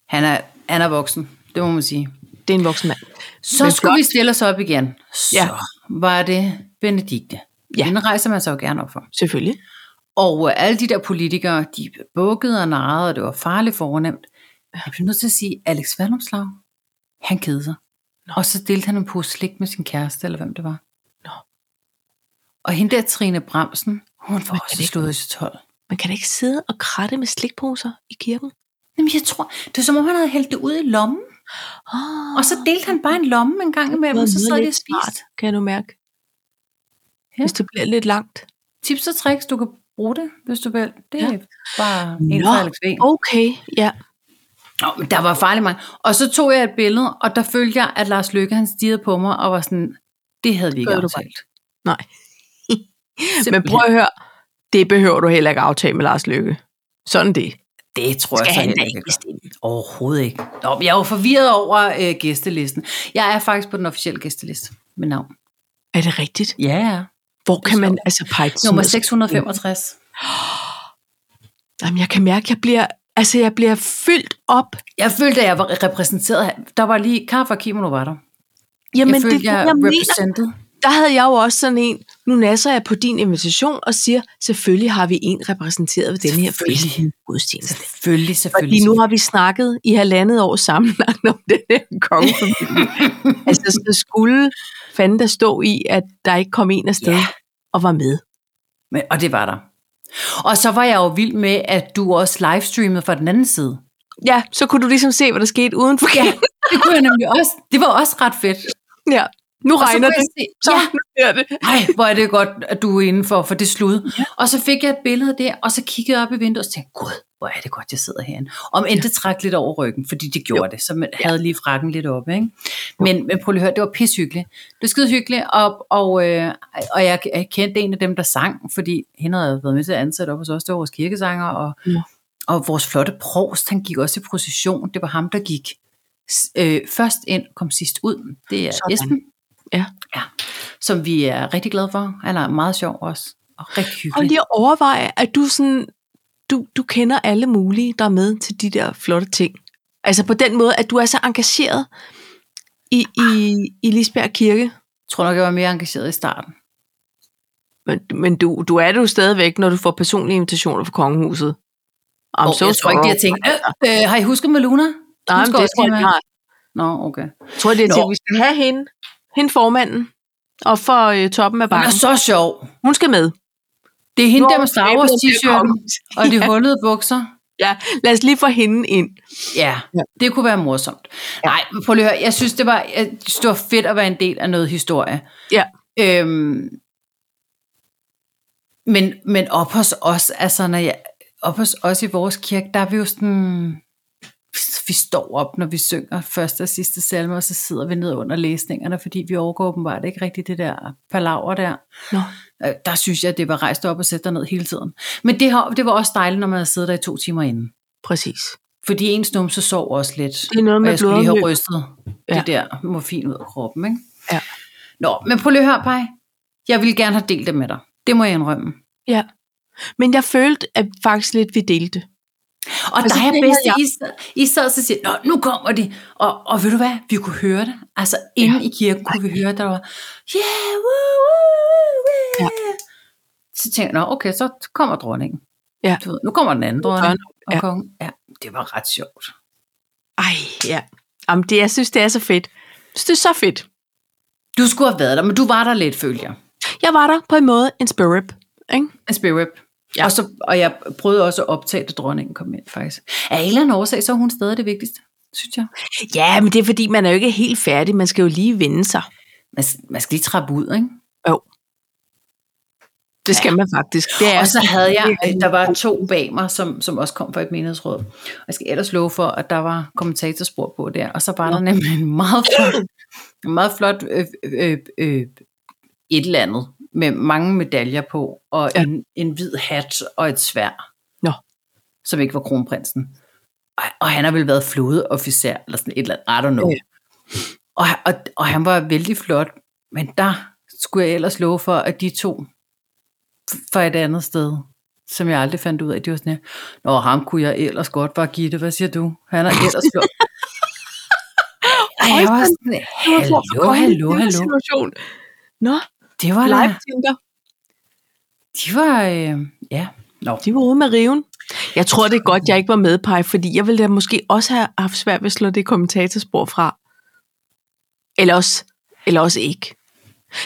Speaker 1: Han er, han er voksen, det må man sige.
Speaker 2: Det er en voksen mand.
Speaker 1: Så
Speaker 2: Men
Speaker 1: Men skulle vi stille os op igen. Så
Speaker 2: Ja.
Speaker 1: var det Benedikte.
Speaker 2: Ja.
Speaker 1: Ja. Den rejser man sig jo gerne op for.
Speaker 2: Selvfølgelig.
Speaker 1: Og øh, alle de der politikere, de blev bukket og narret, og det var farligt fornemt. Jeg bliver nødt til at sige, Alex Vandomslag, han kede sig. Og så delte han en pose slik med sin kæreste, eller hvem det var.
Speaker 2: Nå.
Speaker 1: Og hende der Trine Bremsen, hun var
Speaker 2: det
Speaker 1: også
Speaker 2: ikke-
Speaker 1: slået i sit hold.
Speaker 2: Man kan da ikke sidde og kratte med slikposer i kirken.
Speaker 1: Jamen jeg tror, det var som om han havde hældt det ud i lommen,
Speaker 2: Oh,
Speaker 1: og så delte han bare en lomme en gang imellem, og så sad de og spiste.
Speaker 2: kan du mærke. Ja.
Speaker 1: Ja.
Speaker 2: Hvis det bliver lidt langt.
Speaker 1: tips og tricks, du kan bruge det, hvis du vil. Det
Speaker 2: Ja.
Speaker 1: er bare
Speaker 2: Nå,
Speaker 1: en for Alex V.
Speaker 2: Okay, ja.
Speaker 1: Nå, men der var farlig mange. Og så tog jeg et billede, og der følte jeg, at Lars Løkke, han stirrede på mig og var sådan, det havde vi ikke
Speaker 2: Gør du
Speaker 1: aftalt.
Speaker 2: Nej. Men
Speaker 1: Simpelthen.
Speaker 2: prøv at høre, det behøver du heller ikke aftale med Lars Lykke. Sådan det.
Speaker 1: det tror jeg så heller ikke.
Speaker 2: bestemme?
Speaker 1: jeg gør. Overhovedet ikke. Nå, men jeg er jo forvirret over øh, gæstelisten. Jeg er faktisk på den officielle gæsteliste med navn.
Speaker 2: Er det rigtigt?
Speaker 1: Ja, ja.
Speaker 2: Hvor
Speaker 1: er
Speaker 2: kan man
Speaker 1: sjovt.
Speaker 2: altså pege til
Speaker 1: Nummer
Speaker 2: sådan noget?
Speaker 1: 665.
Speaker 2: Jamen, jeg kan mærke, at jeg bliver, altså, jeg bliver fyldt op.
Speaker 1: Jeg følte, at jeg var repræsenteret. Der var lige Kaffa Kimono var der. Jeg
Speaker 2: Jamen,
Speaker 1: Men følte,
Speaker 2: det, er
Speaker 1: jeg,
Speaker 2: det,
Speaker 1: jeg
Speaker 2: mener.
Speaker 1: represented.
Speaker 2: Der havde jeg jo også sådan en, nu nasser jeg på din invitation og siger, selvfølgelig har vi en repræsenteret ved denne her
Speaker 1: Selvfølgelig.
Speaker 2: gudstjeneste.
Speaker 1: Selvfølgelig,
Speaker 2: Fordi
Speaker 1: selvfølgelig.
Speaker 2: nu har vi snakket i halvandet år sammenlagt om den her kongefamilie. altså, så skulle fanden der stå i, at der ikke kom en afsted
Speaker 1: Ja.
Speaker 2: ja. og var med.
Speaker 1: Men, og det var der. Og så var jeg jo vild med, at du også livestreamede fra den anden side.
Speaker 2: Ja, så kunne du ligesom se, hvad der skete uden for
Speaker 1: Ja, det kunne jeg nemlig også. Det var også ret fedt.
Speaker 2: Ja, nu
Speaker 1: Og så
Speaker 2: regner
Speaker 1: kunne
Speaker 2: det.
Speaker 1: jeg se-
Speaker 2: Så
Speaker 1: Ja,
Speaker 2: nu bliver det.
Speaker 1: Ej, hvor er det godt, at du er indenfor for det slud. Ja. Og så fik jeg et billede der, og så kiggede jeg op i vinduet og tænkte, gud, hvor er det godt, jeg sidder herinde. Om end det trak lidt over ryggen, fordi det gjorde jo. det, så man havde lige frakken lidt op. Ikke? Men, men prøv lige at høre, det var pishyggeligt. Det var skide hyggeligt, og, og, øh, og jeg, jeg kendte en af dem, der sang, fordi hende havde været med til at ansætte op hos os, det var vores kirkesanger, og,
Speaker 2: Ja.
Speaker 1: ja. og vores flotte prost, han gik også i procession, det var ham, der gik s- øh, først ind, kom sidst ud. Det er
Speaker 2: Sådan.
Speaker 1: Esben
Speaker 2: Ja.
Speaker 1: ja, som vi er rigtig glade for. Han er meget sjov også, og rigtig
Speaker 2: Og
Speaker 1: hyggelig.
Speaker 2: lige at overveje, at du sådan, du, du kender alle mulige, der er med til de der flotte ting. Altså på den måde, at du er så engageret i, i, i Lisbjerg Kirke.
Speaker 1: Jeg tror nok, jeg var mere engageret i starten.
Speaker 2: Men, men du, du er det jo stadigvæk, når du får personlige invitationer fra kongehuset. I'm
Speaker 1: Og
Speaker 2: so
Speaker 1: jeg tror ikke, de
Speaker 2: sorry.
Speaker 1: har tænkt, øh, øh, har I husket Maluna? Hun
Speaker 2: Nej, men
Speaker 1: skal
Speaker 2: det
Speaker 1: også
Speaker 2: tror jeg,
Speaker 1: med.
Speaker 2: de har.
Speaker 1: Nå, okay.
Speaker 2: Jeg tror, de har
Speaker 1: Nå.
Speaker 2: tænkt, vi skal have hende. Hende formanden. Og for øh, toppen af
Speaker 1: Hun er
Speaker 2: bakken.
Speaker 1: så sjov.
Speaker 2: Hun skal med.
Speaker 1: Det er hende der med
Speaker 2: Hvor
Speaker 1: Star Wars
Speaker 2: naboen bliver
Speaker 1: t-shirten
Speaker 2: kongen.
Speaker 1: og de hullede bukser.
Speaker 2: Ja, lad os lige få hende ind.
Speaker 1: Ja,
Speaker 2: Ja.
Speaker 1: det kunne være morsomt. Nej, men prøv lige at høre. Jeg synes, det var, jeg synes, det var fedt at være en del af noget historie.
Speaker 2: Ja.
Speaker 1: Øhm, men, men op hos os, altså når jeg, op hos os i vores kirke, der er vi jo sådan, vi står op, når vi synger første og sidste salme, og så sidder vi ned under læsningerne, fordi vi overgår åbenbart ikke rigtig det der palaver der.
Speaker 2: Nå.
Speaker 1: Øh, Der synes jeg, det var rejst op og sætte dig ned hele tiden. Men det, har- det var også dejligt, når man havde siddet der i to timer inden.
Speaker 2: Præcis.
Speaker 1: Fordi ens numse sov også lidt.
Speaker 2: Det er noget
Speaker 1: Og
Speaker 2: med
Speaker 1: jeg skulle lige
Speaker 2: blodomløb.
Speaker 1: have rystet ja.
Speaker 2: Ja.
Speaker 1: det der morfin ud af kroppen, ikke?
Speaker 2: Ja.
Speaker 1: Nå, men prøv lige at høre, Paj. Jeg ville gerne have delt det med dig. Det må jeg indrømme.
Speaker 2: Ja. Men jeg følte at faktisk lidt, vi
Speaker 1: Og
Speaker 2: delte. Altså,
Speaker 1: altså, der er
Speaker 2: det
Speaker 1: bedst,
Speaker 2: havde
Speaker 1: I
Speaker 2: jeg-
Speaker 1: sad, I sad og så siger, Nå, nu kommer de. Og, og ved du hvad? Vi kunne høre det. Altså, inde ja. i kirken kunne vi høre, der var, yeah, woo, woo, woo. Yeah. Så tænkte jeg, Nå, okay, så kommer dronningen.
Speaker 2: Ja.
Speaker 1: Du ved, nu kommer den anden dronning. Og
Speaker 2: Ja.
Speaker 1: ja. kongen. Ja, det var ret sjovt.
Speaker 2: Ej, ja. Jamen, det, jeg synes, det er så fedt. Jeg synes, det er så fedt.
Speaker 1: Du skulle have været der, men du var der lidt, følger jeg.
Speaker 2: Jeg var der på en måde en spirit. Ikke?
Speaker 1: En spirit.
Speaker 2: Ja.
Speaker 1: Ja. Og, så, og jeg prøvede også at optage, da dronningen kom ind, faktisk. Af en eller anden årsag, så er hun stadig det vigtigste, synes jeg.
Speaker 2: Ja, men det er fordi, man er jo ikke helt færdig. Man skal jo lige vende sig.
Speaker 1: Man, man skal lige trappe ud, ikke?
Speaker 2: Det skal ja. man faktisk. Det er
Speaker 1: Og så havde jeg, der var to bag mig, som, som også kom fra et menighedsråd. Og jeg skal ellers love for, at der var kommentatorspor på der. Og så var der nemlig en meget flot, en meget flot øh, øh, øh, et eller andet, med mange medaljer på, og
Speaker 2: Ja.
Speaker 1: ja. en, en hvid hat og et svær.
Speaker 2: Nå.
Speaker 1: Som ikke var kronprinsen. Og, og han har vel været flådeofficer, eller sådan et eller andet, I don't know.
Speaker 2: Ja.
Speaker 1: Og, og, og han var vældig flot, men der skulle jeg ellers love for, at de to fra et andet sted, som jeg aldrig fandt ud af. Det var sådan her, Nå, ham kunne jeg ellers godt bare give det. Hvad siger du? Han er ellers flot. Ej, jeg var sådan, hallo, hallo, hallo.
Speaker 2: Situation. Nå,
Speaker 1: Det var
Speaker 2: live
Speaker 1: da,
Speaker 2: Tinder.
Speaker 1: de var, øh, ja. Nå,
Speaker 2: De var ude med riven. Jeg tror, det er godt, jeg ikke var med, Paj, fordi jeg ville da måske også have haft svært ved at slå det kommentatorspor fra. Eller også, eller også ikke.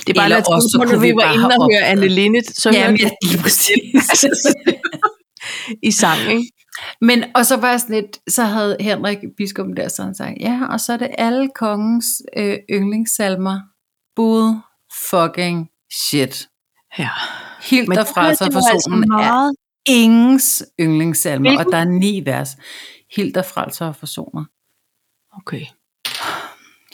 Speaker 2: Det er bare,
Speaker 1: Eller
Speaker 2: at jeg tænker
Speaker 1: også, så
Speaker 2: på, når
Speaker 1: kunne
Speaker 2: vi
Speaker 1: vi
Speaker 2: var
Speaker 1: bare
Speaker 2: inde
Speaker 1: have
Speaker 2: og høre
Speaker 1: opdaget.
Speaker 2: Anne Linnet, så
Speaker 1: ja,
Speaker 2: hørte
Speaker 1: men Altså,
Speaker 2: vi
Speaker 1: jeg, lige præcis.
Speaker 2: i sang, ikke?
Speaker 1: Men, og så var jeg sådan lidt, så havde Henrik Biskum der sådan sagt, ja, og så er det alle kongens øh, yndlingssalmer. Bull fucking shit.
Speaker 2: Ja.
Speaker 1: Helt derfra, så forsonen er
Speaker 2: altså meget.
Speaker 1: ingens yndlingssalmer,
Speaker 2: Hvilken?
Speaker 1: og der er ni vers. Hilder, frelser og forsoner.
Speaker 2: Okay.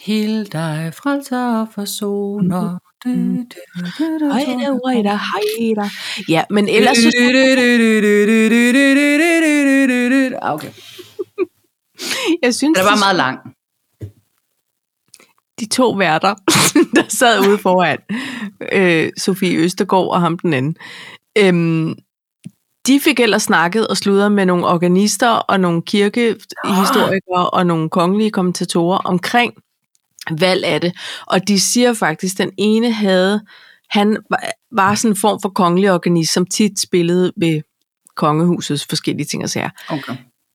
Speaker 1: Hild dig, frelser og forsoner. Du, du, du, du, du.
Speaker 2: Højda, højda, højda. Ja, men ellers så,
Speaker 1: Du, du, du, du, du, du, du, du, du, du, du, du. Ah, Okay.
Speaker 2: Jeg synes,
Speaker 1: Den er bare meget lang.
Speaker 2: de to værter, der sad ude foran, øh, Sofie Østergaard og ham den anden, øhm, de fik ellers snakket og sludret med nogle organister og nogle kirkehistorikere og nogle kongelige kommentatorer omkring valg af det. Og de siger faktisk, at den ene havde, han var- var sådan en form for kongelig organist, som tit spillede ved kongehusets forskellige ting og sager.
Speaker 1: Okay.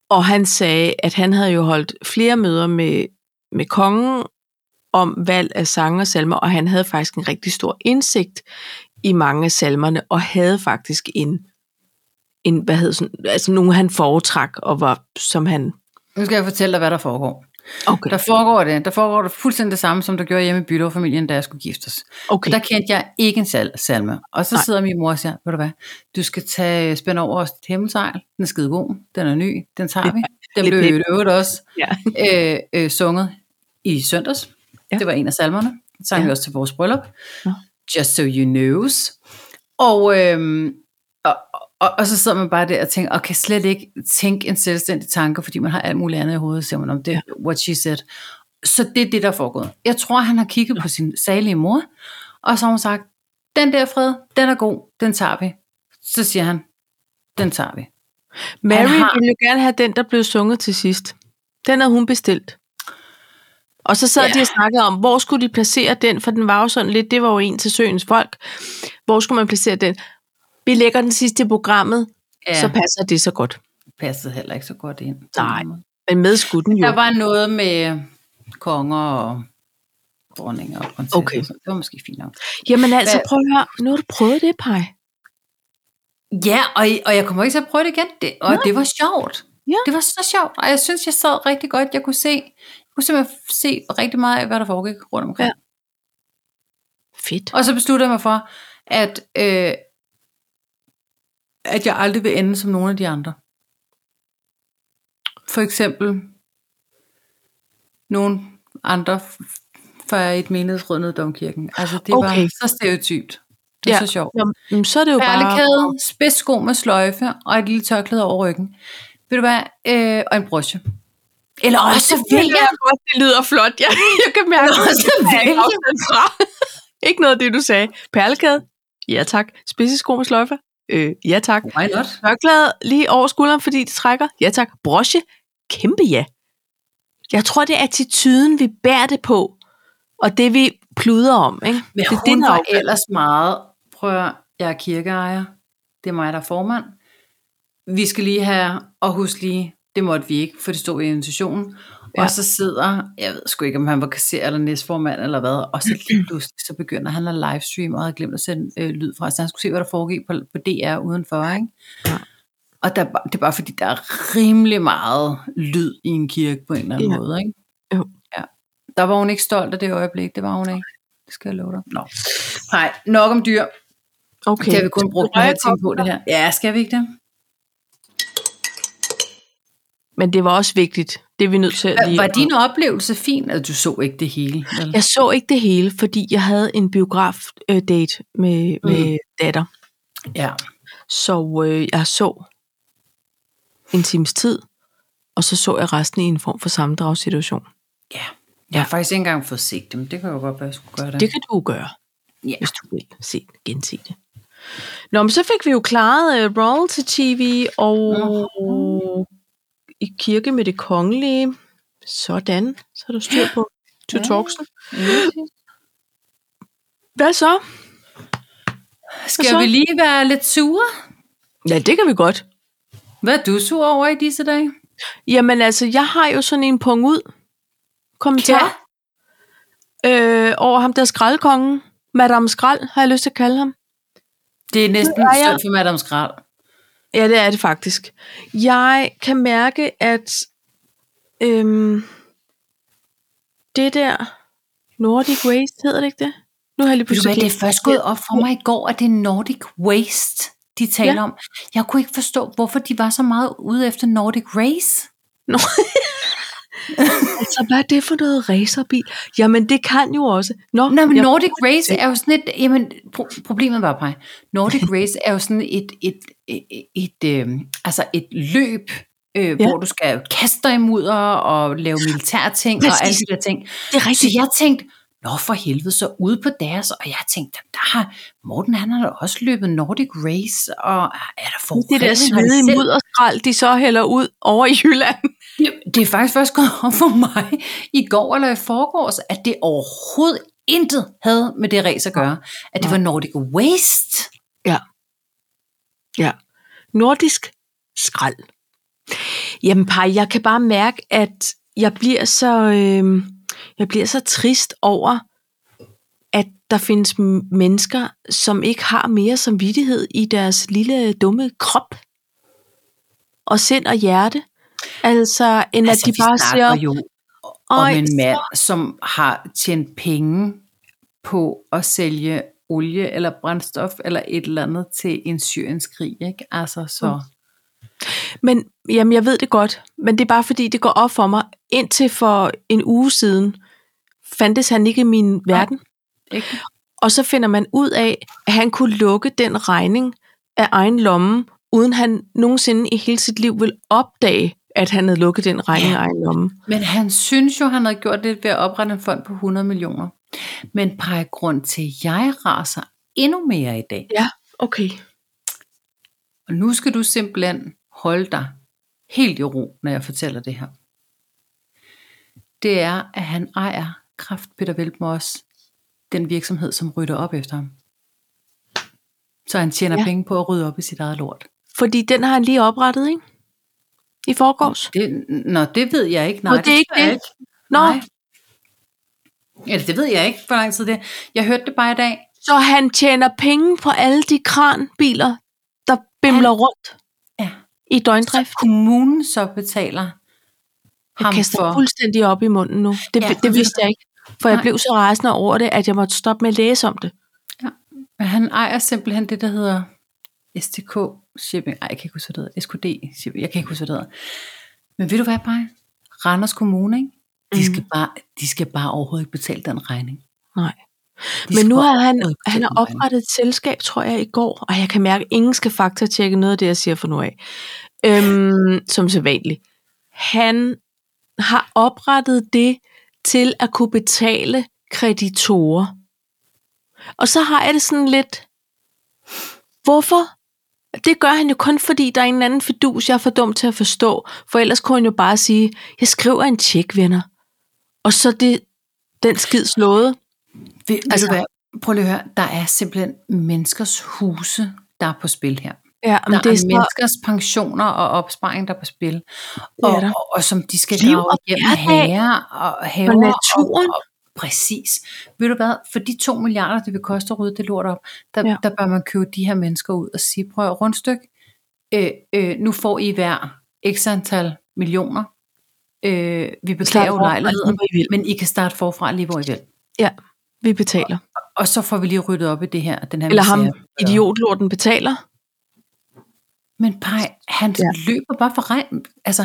Speaker 2: Og han sagde, at han havde jo holdt flere møder med, med kongen om valg af sange og salmer, og han havde faktisk en rigtig stor indsigt i mange af salmerne, og havde faktisk en, en hvad hed sådan, altså nogle han foretrak, og var som han...
Speaker 1: Nu skal jeg fortælle dig, hvad der foregår.
Speaker 2: Okay,
Speaker 1: Der foregår det, der foregår det fuldstændig det samme, som der gjorde hjemme i Bylov-familien, da jeg skulle giftes.
Speaker 2: okay.
Speaker 1: Der kendte jeg ikke en sal- salme. Og så
Speaker 2: Nej.
Speaker 1: sidder min mor og siger, ved du hvad, du skal tage spænd over os dit himmelsejl. Den er skide god, den er ny, den tager vi. Den
Speaker 2: lidt
Speaker 1: blev
Speaker 2: pæk.
Speaker 1: i øvrigt også
Speaker 2: Ja.
Speaker 1: øh, øh, sunget i søndags.
Speaker 2: Ja.
Speaker 1: Ja. Det var en af salmerne. Den sang ja.
Speaker 2: Ja.
Speaker 1: vi også til vores bryllup.
Speaker 2: Nå.
Speaker 1: Just so you knows. Og, øhm, og, og, og så sidder man bare der og tænker, og kan slet ikke tænke en selvstændig tanke, fordi man har alt muligt andet i hovedet, siger man om det, ja. what she said. Så det er det, der er foregået. Jeg tror, han har kigget på sin salige mor, og så har hun sagt, den der fred, den er god, den tager vi. Så siger han, den tager vi.
Speaker 2: Mary
Speaker 1: han har-
Speaker 2: ville jo gerne have den, der blev sunget til sidst. Den havde hun bestilt. Og så sad
Speaker 1: Ja.
Speaker 2: ja. de og snakkede om, hvor skulle de placere den, for den var jo sådan lidt, det var jo en til søens folk. Hvor skulle man placere den? Vi lægger den sidste i programmet, ja. så passer det så godt.
Speaker 1: passede heller ikke så godt ind.
Speaker 2: Nej. Men med skudden jo.
Speaker 1: Der var noget med konger og dronninger og prinsesser.
Speaker 2: Okay.
Speaker 1: og sådan. Det var måske fint nok.
Speaker 2: Jamen altså,
Speaker 1: Hvad-
Speaker 2: prøv at høre, nu har du prøvet det, Paj.
Speaker 1: Ja, og, og jeg kommer ikke til at prøve det igen. Det, og
Speaker 2: Nej.
Speaker 1: det var sjovt.
Speaker 2: Ja.
Speaker 1: Det var så sjovt. Og jeg synes, jeg sad rigtig godt. Jeg kunne se, jeg kunne simpelthen se rigtig meget af, hvad der foregik rundt omkring.
Speaker 2: Ja. Fedt.
Speaker 1: Og så besluttede jeg mig for, at, øh, at jeg aldrig vil ende som nogen af de andre. For eksempel nogle andre fra et menighedsråd nede i Domkirken. Altså, det
Speaker 2: Okay.
Speaker 1: var så stereotypt. Det er
Speaker 2: Ja.
Speaker 1: så sjovt.
Speaker 2: Jamen, så er det jo bare...
Speaker 1: Perlekæde, spidssko med sløjfe og et lille tørklæde over ryggen. Ved du hvad? Øh, og en brosje. Eller også vil jeg
Speaker 2: godt, det lyder flot. Jeg, jeg kan mærke,
Speaker 1: Nå, så
Speaker 2: at jeg
Speaker 1: vælger.
Speaker 2: er afstand fra. Ikke noget af det, du sagde. Perlekæde? Ja tak. Spidsesko med sløjfer? Øh, ja tak.
Speaker 1: Why not?
Speaker 2: Tørklæde lige over skulderen, fordi det trækker? Ja tak. Broche? Kæmpe ja. Jeg tror, det er attituden, vi bærer det på, og det vi pluder om. Ikke?
Speaker 1: Men det,
Speaker 2: det, er
Speaker 1: hun
Speaker 2: der
Speaker 1: var
Speaker 2: afgør-
Speaker 1: ellers meget, prøv at, høre, jeg er kirkeejer, det er mig, der er formand. Vi skal lige have, og husk lige, det måtte vi ikke, for det stod i invitationen. Ja.
Speaker 2: Ja.
Speaker 1: Og så sidder, jeg ved sgu ikke, om han var kasserer eller næstformand eller hvad, og så lige pludselig, så begynder han at livestream, og havde glemt at sende øh, lyd fra, så han skulle se, hvad der foregik på, på DR udenfor, ikke?
Speaker 2: Ja.
Speaker 1: Og der, er bare- det er bare fordi, der er rimelig meget lyd i en kirke på en eller anden
Speaker 2: Ja.
Speaker 1: ja. måde, ikke?
Speaker 2: Jo.
Speaker 1: Ja. Der var hun ikke stolt af det øjeblik, det var hun ikke. Det skal jeg love dig. Nå. Nej, nok om dyr.
Speaker 2: Okay.
Speaker 1: Det har vi kun brugt en
Speaker 2: Røg-
Speaker 1: halv time på det her. Ja, skal vi ikke det?
Speaker 2: Men det var også vigtigt. Det er vi nødt til at lige...
Speaker 1: Var din oplevelse fin? Altså, du så ikke det hele. Vel?
Speaker 2: Jeg så ikke det hele, fordi jeg havde en biograf-date med, med mm. datter.
Speaker 1: Ja.
Speaker 2: Så øh, jeg så en times tid, og så så jeg resten i en form for sammendragssituation.
Speaker 1: ja. Jeg har faktisk ikke engang fået set dem. Det kan jo godt være, jeg skulle gøre det.
Speaker 2: Det kan du jo gøre,
Speaker 1: Ja.
Speaker 2: hvis du vil se, gense det. Nå, men så fik vi jo klaret uh, royalty TV og i kirke med det kongelige. Sådan, så er der styr på to
Speaker 1: Ja.
Speaker 2: talksen. Hvad så?
Speaker 1: Skal
Speaker 2: så?
Speaker 1: vi lige være lidt sure?
Speaker 2: Ja, det kan vi godt.
Speaker 1: Hvad er du sur over i disse dage?
Speaker 2: Jamen altså, jeg har jo sådan en punkt ud kommentar øh, over ham der skraldkongen. Madame Skrald, har jeg lyst til at kalde ham.
Speaker 1: Det er næsten
Speaker 2: Nu er jeg-
Speaker 1: synd for Madame Skrald.
Speaker 2: Ja, det er det faktisk. Jeg kan mærke, at øhm, det der Nordic Waste, hedder det ikke det? Nu har jeg lige
Speaker 1: Ved du
Speaker 2: pludselig
Speaker 1: hvad, det er først gået op for mig i går, at det er Nordic Waste, de taler
Speaker 2: Ja.
Speaker 1: ja. om. Jeg kunne ikke forstå, hvorfor de var så meget ude efter Nordic Race.
Speaker 2: Nå. altså, hvad er det for noget racerbil? Jamen, det kan jo også. Nå,
Speaker 1: Nå, men
Speaker 2: jeg-
Speaker 1: Nordic Race er jo sådan et... Jamen, pro- problemet var bare, Nordic Race er jo sådan et, et, et, et, et, altså et øhm, løb øh, ja. hvor du skal kaste dig i mudder og lave militærting og
Speaker 2: Præcis.
Speaker 1: alle de der ting.
Speaker 2: Det er
Speaker 1: Så
Speaker 2: rigtigt.
Speaker 1: jeg tænkte, nå for helvede, så ude på deres, og jeg tænkte, jamen, der har Morten, han har da også løbet Nordic Race, og er der forurening?
Speaker 2: Det der
Speaker 1: Har han
Speaker 2: svedige
Speaker 1: selv-
Speaker 2: mudderskrald, de så hælder ud over i Jylland.
Speaker 1: Det er faktisk først gået op for mig i går eller i forgårs, at det overhovedet intet havde med det race at gøre. At det var Nordic Waste.
Speaker 2: Nordisk skrald. Jamen, Paj, jeg kan bare mærke, at jeg bliver så, øh, jeg bliver så trist over, at der findes m- mennesker, som ikke har mere samvittighed i deres lille dumme krop og sind og hjerte. Altså, end altså, at de
Speaker 1: vi
Speaker 2: bare
Speaker 1: snakker
Speaker 2: siger,
Speaker 1: jo om
Speaker 2: "Øj,
Speaker 1: en mand, som har tjent penge på at sælge olie eller brændstof eller et eller andet til en syrienskrig, ikke? Altså, så...
Speaker 2: Mm. Men jamen, jeg ved det godt, men det er bare fordi, det går op for mig. Indtil for en uge siden fandtes han ikke i min verden.
Speaker 1: Ikke?
Speaker 2: Og så finder man ud af, at han kunne lukke den regning af egen lomme, uden han nogensinde i hele sit liv vil opdage, at han havde lukket den regning
Speaker 1: Ja.
Speaker 2: af egen lomme.
Speaker 1: Men han synes jo, han havde gjort det ved at oprette en fond på 100 millioner. Men pege grund til, at jeg raser endnu mere i dag.
Speaker 2: Okay.
Speaker 1: Og nu skal du simpelthen holde dig helt i ro, når jeg fortæller det her. Det er, at han ejer Kraft Peter Veltmos, den virksomhed, som rydder op efter ham. Så han tjener
Speaker 2: Ja.
Speaker 1: ja. penge på at rydde op i sit eget lort.
Speaker 2: Fordi den har han lige oprettet, ikke? I forgårs.
Speaker 1: Det, nå, det ved jeg ikke. Nej,
Speaker 2: Nå, det er ikke
Speaker 1: tror jeg
Speaker 2: det. Nå,
Speaker 1: Nej. Eller det ved jeg ikke, hvor lang tid det er. Jeg hørte det bare i dag.
Speaker 2: så han tjener penge på alle de kranbiler, der bimler rundt
Speaker 1: Ja.
Speaker 2: i døgndrift.
Speaker 1: Så kommunen så betaler
Speaker 2: Jeg
Speaker 1: ham
Speaker 2: kaster
Speaker 1: for.
Speaker 2: fuldstændig op i munden nu. Det,
Speaker 1: Ja,
Speaker 2: ja,
Speaker 1: og
Speaker 2: det
Speaker 1: ved
Speaker 2: vidste jeg ikke. For jeg
Speaker 1: Nej.
Speaker 2: blev så rasende over det, at jeg måtte stoppe med at læse om det.
Speaker 1: Men han ejer simpelthen det, der hedder STK Shipping. Ej, jeg kan ikke huske, hvad det hedder. SKD Shipping. Jeg kan ikke huske, hvad det hedder. Men ved du hvad, Paj? Randers Kommune, ikke?
Speaker 2: Mm.
Speaker 1: De skal, bare, de skal bare overhovedet ikke betale den regning.
Speaker 2: Nej.
Speaker 1: De
Speaker 2: Men nu
Speaker 1: skal
Speaker 2: har han,
Speaker 1: overhovedet ikke
Speaker 2: han har
Speaker 1: betale den regning.
Speaker 2: oprettet et selskab, tror jeg, i går. Og jeg kan mærke, at ingen skal faktatjekke noget af det, jeg siger for nu af. Øhm, som sædvanligt. Han har oprettet det til at kunne betale kreditorer. Og så har jeg det sådan lidt... Hvorfor? Det gør han jo kun, fordi der er en eller anden fidus, jeg er for dum til at forstå. For ellers kunne han jo bare sige, jeg skriver en tjek, venner. Og så er det den skid slået.
Speaker 1: Ved, altså,
Speaker 2: Altså-
Speaker 1: ved du hvad? Prøv lige at høre. Der er simpelthen menneskers huse, der er på spil her.
Speaker 2: Ja, men
Speaker 1: Der
Speaker 2: det er,
Speaker 1: er
Speaker 2: så,
Speaker 1: menneskers pensioner og opsparing, der er på spil.
Speaker 2: er
Speaker 1: Og,
Speaker 2: der.
Speaker 1: og, og som de skal
Speaker 2: Liv
Speaker 1: drage
Speaker 2: og
Speaker 1: igennem
Speaker 2: hverdag.
Speaker 1: herrer og haver.
Speaker 2: Og naturen.
Speaker 1: Og, og, præcis. Ved du hvad, for de to milliarder, det vil koste at rydde det lort op, der,
Speaker 2: Ja.
Speaker 1: ja. der bør man købe de her mennesker ud og sige, prøv at rundstykke, øh, øh, nu får I hver x antal millioner. Øh, vi beklager
Speaker 2: forfra, lige
Speaker 1: ulejligheden,
Speaker 2: hvor I vil.
Speaker 1: men I kan starte forfra lige hvor I vil.
Speaker 2: ja, vi betaler.
Speaker 1: Og så får vi lige ryddet op i det her. Den her
Speaker 2: Eller ham,
Speaker 1: misære.
Speaker 2: idiotlorten betaler.
Speaker 1: Men Pej, han
Speaker 2: Ja.
Speaker 1: ja. løber bare for regn. Altså,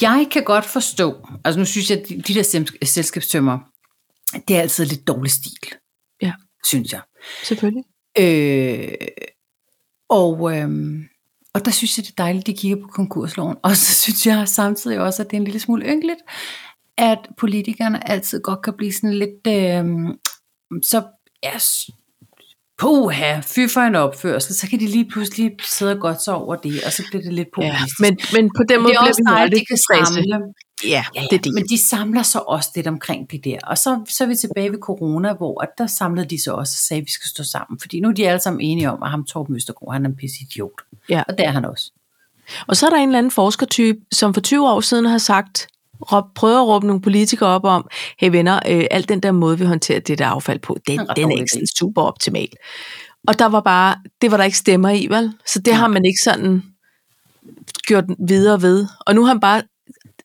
Speaker 1: jeg kan godt forstå, altså nu synes jeg, at de, de der sem- selskabstømmer, det er altid lidt dårlig stil.
Speaker 2: Ja.
Speaker 1: Synes jeg.
Speaker 2: Selvfølgelig.
Speaker 1: Øh, og, øhm, og der synes jeg, det er dejligt, de kigger på konkursloven. Og så synes jeg samtidig også, at det er en lille smule ynkeligt, at politikerne altid godt kan blive sådan lidt, øhm, så ja, s- puha, fy for en opførsel, så kan de lige pludselig sidde og godt sig over det, og så bliver det lidt
Speaker 2: Ja,
Speaker 1: populistisk.
Speaker 2: men, men på den måde
Speaker 1: det er
Speaker 2: bliver
Speaker 1: også
Speaker 2: vi
Speaker 1: dejligt,
Speaker 2: hurtigt
Speaker 1: de kan
Speaker 2: tilfredse.
Speaker 1: samle
Speaker 2: Ja,
Speaker 1: Ja,
Speaker 2: det er det.
Speaker 1: Men de samler så også lidt omkring det der. Og så, så er vi tilbage ved corona, hvor at der samlede de så også og sagde, at vi skal stå sammen. Fordi nu er de alle sammen enige om, at ham Torben Østergaard, han er en pisse idiot.
Speaker 2: Ja.
Speaker 1: Og det er han også.
Speaker 2: Og så er der en eller anden forskertype, som for 20 år siden har sagt, råb, prøvet at råbe nogle politikere op om, hey venner, øh, alt den der måde, vi håndterer det der affald på, den,
Speaker 1: En ret
Speaker 2: den er
Speaker 1: dårlig
Speaker 2: ikke sådan
Speaker 1: idé.
Speaker 2: super optimal. Og der var bare, det var der ikke stemmer i, vel? Så det har man ikke sådan gjort videre ved. Og nu har han bare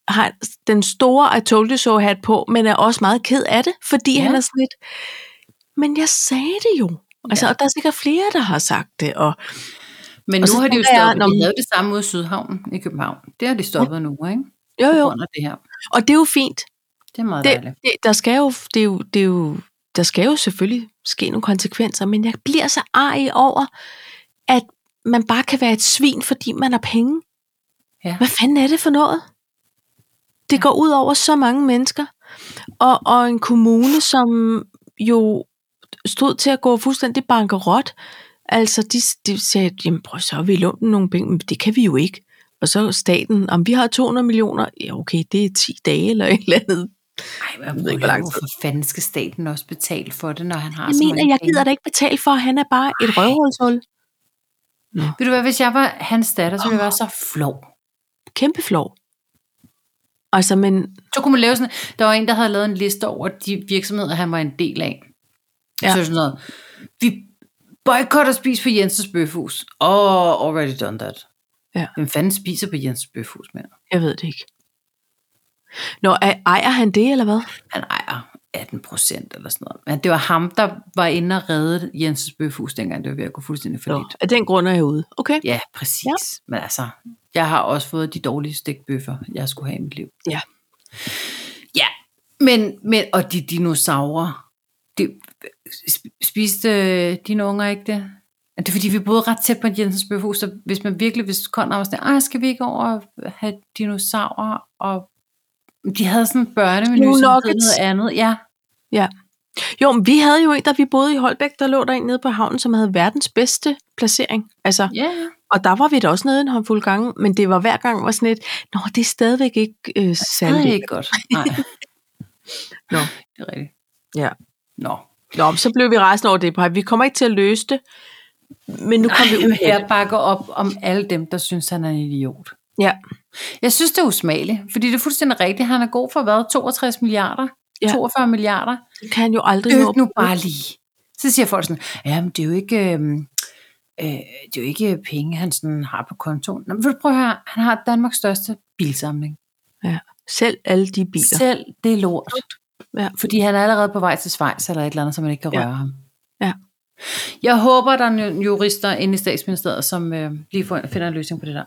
Speaker 2: har den store I told you so hat på, men er også meget ked af det, fordi ja.
Speaker 1: Ja.
Speaker 2: han er sådan lidt, men jeg sagde det jo. Altså,
Speaker 1: Ja.
Speaker 2: og der er sikkert flere, der har sagt det, og
Speaker 1: Men
Speaker 2: Og
Speaker 1: nu
Speaker 2: så
Speaker 1: har de jo
Speaker 2: tænker jeg,
Speaker 1: stoppet.
Speaker 2: når man-
Speaker 1: De lavede det samme ude i Sydhavn i København. Det har de stoppet nu, ikke?
Speaker 2: jo
Speaker 1: På
Speaker 2: jo,
Speaker 1: grund af det her.
Speaker 2: og det er jo fint,
Speaker 1: Det er meget det...
Speaker 2: det,
Speaker 1: dejligt.
Speaker 2: det, der, skal jo, det er jo, det er jo, der skal jo selvfølgelig ske nogle konsekvenser, men jeg bliver så arg over, at man bare kan være et svin, fordi man har penge.
Speaker 1: Ja.
Speaker 2: Hvad fanden er det for noget? Det går ud over så mange mennesker. Og, og en kommune, som jo stod til at gå fuldstændig bankerot. Altså, de, de sagde, jamen prøv så, vi lånte nogle penge, men det kan vi jo ikke. Og så staten, om vi har 200 millioner, ja okay, det er 10 dage eller et eller andet.
Speaker 1: Ej,
Speaker 2: Jeg
Speaker 1: hvad
Speaker 2: ved ikke, hvor lang tid.
Speaker 1: Hvorfor fanden skal staten også betale for det, når han har
Speaker 2: Jeg
Speaker 1: så
Speaker 2: mener,
Speaker 1: mange
Speaker 2: jeg
Speaker 1: penge?
Speaker 2: gider da ikke betale for, at han er bare et
Speaker 1: Ej.
Speaker 2: røvhulshul.
Speaker 1: Ved du hvad, hvis jeg var hans datter, så ville jeg være så flov.
Speaker 2: Kæmpe flov. Altså, men
Speaker 1: Så kunne man lave sådan, der var en, der havde lavet en liste over de virksomheder, han var en del af. Ja.
Speaker 2: Ja.
Speaker 1: Så sådan noget, vi boykotter spis på Jensens Bøfhus. Oh, already done that.
Speaker 2: Ja.
Speaker 1: Hvem fanden spiser på Jensens Bøfhus med?
Speaker 2: jeg ved det ikke. Nå, e- ejer han det, eller hvad?
Speaker 1: Han ejer 18 procent eller sådan noget. Men det var ham, der var inde og redde Jensens Bøfhus, dengang det var ved at gå fuldstændig for lidt.
Speaker 2: af den grund er jeg ude. Okay.
Speaker 1: Ja, præcis. Ja. Men altså, jeg har også fået de dårlige stikbøffer, jeg skulle have i mit liv.
Speaker 2: Ja.
Speaker 1: Ja, men, men og de dinosaurer, det, sp- spiste øh, dine unger ikke det? Det er fordi, vi boede ret tæt på Jensens Bøfhus, så hvis man virkelig, hvis Conrad var sådan, "Ej, skal vi ikke over og have dinosaurer? Og de havde sådan en børnemenu,
Speaker 2: Blue
Speaker 1: som hed
Speaker 2: Nuggets.
Speaker 1: noget andet. Ja,
Speaker 2: Jo, men vi havde jo en, da vi boede i Holbæk, der lå der en nede på havnen, som havde verdens bedste placering. Altså,
Speaker 1: ja, ja.
Speaker 2: og der var vi da også nede en håndfuld gange, men det var hver gang var sådan et, nå, det er stadigvæk ikke øh,
Speaker 1: det er
Speaker 2: særligt.
Speaker 1: ikke godt. Nej.
Speaker 2: Nå.
Speaker 1: Det er rigtigt.
Speaker 2: Ja.
Speaker 1: Nå.
Speaker 2: Nå, men så blev vi resten over det. Paj. Vi kommer ikke til at løse det, men nu kommer vi ud af
Speaker 1: Jeg
Speaker 2: det.
Speaker 1: bakker op om alle dem, der synes, han er en idiot.
Speaker 2: Ja.
Speaker 1: Jeg synes, det er usmageligt, fordi det er fuldstændig rigtigt. Han er god for hvad? 62 milliarder? Ja.
Speaker 2: Ja.
Speaker 1: 42 milliarder?
Speaker 2: Det kan han jo aldrig nå.
Speaker 1: Øg Øh, nu bare lige. Så siger folk sådan, jamen det er jo ikke... øhm, Øh, det er jo ikke penge, han sådan har på kontoen. Nå, men vil du prøve at høre, han har Danmarks største bilsamling.
Speaker 2: Selv alle de biler.
Speaker 1: Selv det er lort.
Speaker 2: Ja.
Speaker 1: Fordi han er allerede på vej til Schweiz eller et eller andet, så man ikke kan
Speaker 2: Ja.
Speaker 1: røre ham.
Speaker 2: Ja.
Speaker 1: Jeg håber, der er nogle jurister inde i statsministeriet, som øh, lige får- finder en løsning på det der.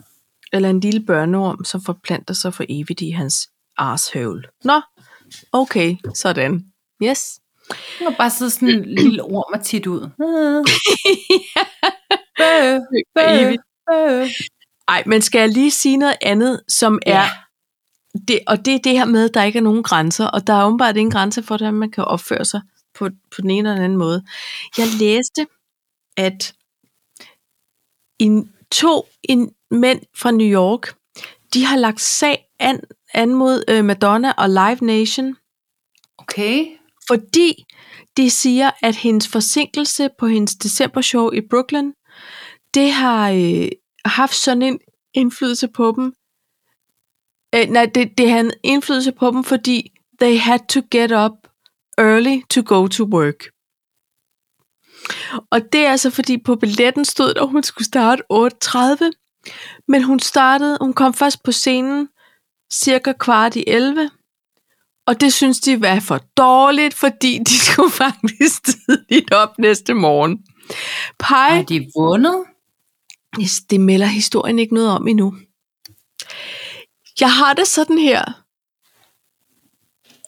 Speaker 2: Eller en lille børneorm, som forplanter sig for evigt i hans arshøvl. Nå, okay, sådan. Yes.
Speaker 1: Hun har bare siddet sådan en lille orm og tit ud. Bøh, bøh,
Speaker 2: Evigt.
Speaker 1: bøh.
Speaker 2: Ej, men skal jeg lige sige noget andet, som
Speaker 1: Ja.
Speaker 2: ja. er... Det, og det er det her med, at der ikke er nogen grænser, og der er åbenbart ingen grænse for, hvordan man kan opføre sig på, på den ene eller den anden måde. Jeg læste, at en, to en, mænd fra New York, de har lagt sag an, an mod øh, Madonna og Live Nation,
Speaker 1: Okay.
Speaker 2: fordi de siger, at hendes forsinkelse på hendes decembershow i Brooklyn, det har øh, haft sådan en indflydelse på dem. Øh, nej, det, det har en indflydelse på dem, fordi they had to get up early to go to work. Og det er altså fordi på billetten stod der, at hun skulle starte 8.30, men hun startede, hun kom først på scenen cirka kvart i 11, og det synes de var for dårligt, fordi de skulle faktisk tidligt op næste morgen. Pej,
Speaker 1: Har de vundet?
Speaker 2: Yes, det melder historien ikke noget om endnu. Jeg har det sådan her.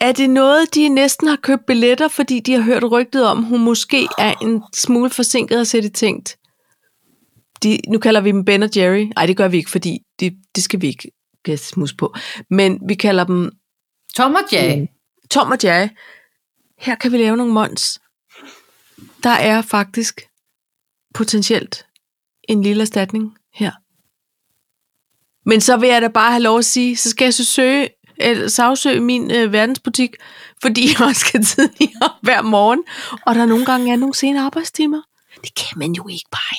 Speaker 2: Er det noget, de næsten har købt billetter, fordi de har hørt rygtet om, hun måske er en smule forsinket og sætte tænkt? De, nu kalder vi dem Ben og Jerry. Nej, det gør vi ikke, fordi det, det skal vi ikke blive smus på. Men vi kalder dem
Speaker 1: Tom og Jay.
Speaker 2: Mm. Tom og Jerry. Her kan vi lave nogle mons. Der er faktisk potentielt en lille erstatning her. Men så vil jeg da bare have lov at sige, så skal jeg så søge, eller sagsøge min øh, verdensbutik, fordi jeg også skal tidligere op hver morgen, og der nogle gange er nogle sene arbejdstimer. Det kan man jo ikke bare.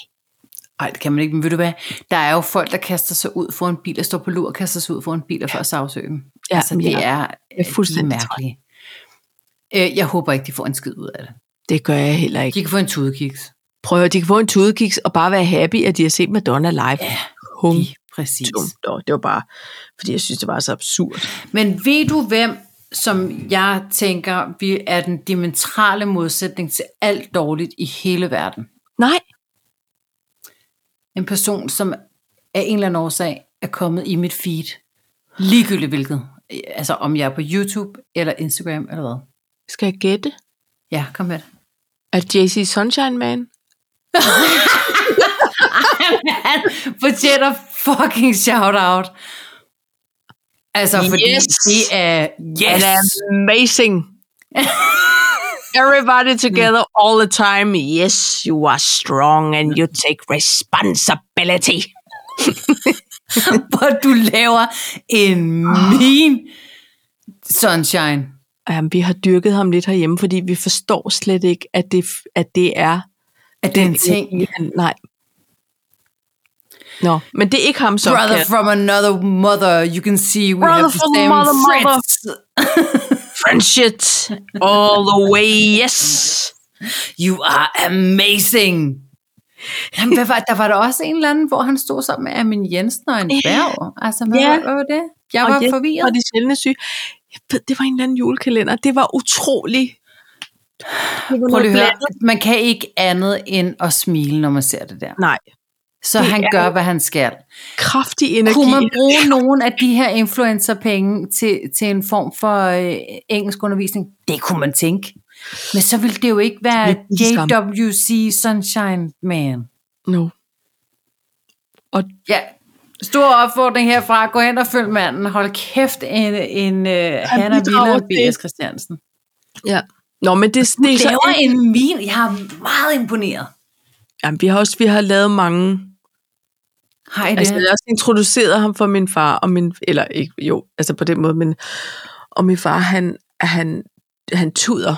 Speaker 1: Ej, det kan man ikke, men ved du hvad? Der er jo folk, der kaster sig ud for en bil, og står på lur og kaster sig ud for en bil, og for at sagsøge dem.
Speaker 2: Ja,
Speaker 1: altså,
Speaker 2: men
Speaker 1: det
Speaker 2: jeg-
Speaker 1: er,
Speaker 2: jeg er fuldstændig
Speaker 1: de mærkelige. Øh, Jeg håber ikke, de får en skid ud af det.
Speaker 2: Det gør jeg heller
Speaker 1: De
Speaker 2: ikke.
Speaker 1: kan få en tudekiks.
Speaker 2: Prøv at høre, de kan få en tudekiks og bare være happy, at de har set Madonna live. Ja, Hum.
Speaker 1: Lige præcis.
Speaker 2: dumt. Og det var bare, fordi jeg synes, det var så absurd.
Speaker 1: Men ved du hvem, som jeg tænker, vi er den dimensionale modsætning til alt dårligt i hele verden?
Speaker 2: Nej,
Speaker 1: En person, som af en eller anden årsag er kommet i mit feed. Ligegyldigt hvilket. Altså om jeg er på YouTube eller Instagram eller hvad.
Speaker 2: skal jeg gætte?
Speaker 1: Ja, kom med det.
Speaker 2: Er JC Sunshine Man?
Speaker 1: Han fortjener fucking shout-out. Altså, fordi
Speaker 2: Yes.
Speaker 1: det er... Yes!
Speaker 2: And amazing. Everybody together
Speaker 1: Mm.
Speaker 2: all the time. Yes, you are strong and you take responsibility.
Speaker 1: Hvor du laver en min sunshine.
Speaker 2: Um, vi har dyrket ham lidt herhjemme, fordi vi forstår slet ikke, at det, at det er...
Speaker 1: At den ting,
Speaker 2: Han- Nej. Nå, men det er ikke ham så.
Speaker 1: brother
Speaker 2: Kat.
Speaker 1: from another mother, you can see we
Speaker 2: Brother
Speaker 1: have the
Speaker 2: from
Speaker 1: same
Speaker 2: another mother.
Speaker 1: friends.
Speaker 2: Friendship all the way, yes.
Speaker 1: You are amazing. Jamen, hvad var, der var der også en eller anden, hvor han stod sammen med Amin Jensen og en
Speaker 2: Ja.
Speaker 1: bærg. Altså, hvad,
Speaker 2: Ja.
Speaker 1: yeah. hvad var det? Jeg var
Speaker 2: og yes,
Speaker 1: forvirret.
Speaker 2: Og de sjældne syge. Jeg ved, det var en eller anden julekalender. Det var utrolig. Det var
Speaker 1: Prøv
Speaker 2: noget
Speaker 1: lige at høre.
Speaker 2: blandet.
Speaker 1: Man kan ikke andet end at smile, når man ser det der.
Speaker 2: Nej,
Speaker 1: Så
Speaker 2: Det
Speaker 1: han
Speaker 2: er-
Speaker 1: gør, hvad han skal.
Speaker 2: kraftig energi.
Speaker 1: Kunne man bruge nogle af de her influencerpenge til, til en form for øh, engelsk undervisning? Det kunne man tænke. Men så ville det jo ikke være
Speaker 2: Lidt ligesom- en skam.
Speaker 1: JWC Sunshine Man.
Speaker 2: No. Og
Speaker 1: Ja, stor opfordring herfra. Gå hen og følg manden. Hold kæft, en, en uh, Hanna
Speaker 2: bidrager
Speaker 1: Viller
Speaker 2: til-
Speaker 1: B.S. Christiansen.
Speaker 2: ja. Nå, men det, det er
Speaker 1: Det
Speaker 2: så...
Speaker 1: var en min. Jeg er meget imponeret.
Speaker 2: Jamen, vi har også vi har lavet mange...
Speaker 1: Hej det.
Speaker 2: Altså, jeg har også introduceret ham for min far, og min, eller ikke, jo, altså på den måde, men og min far, han, han, han tuder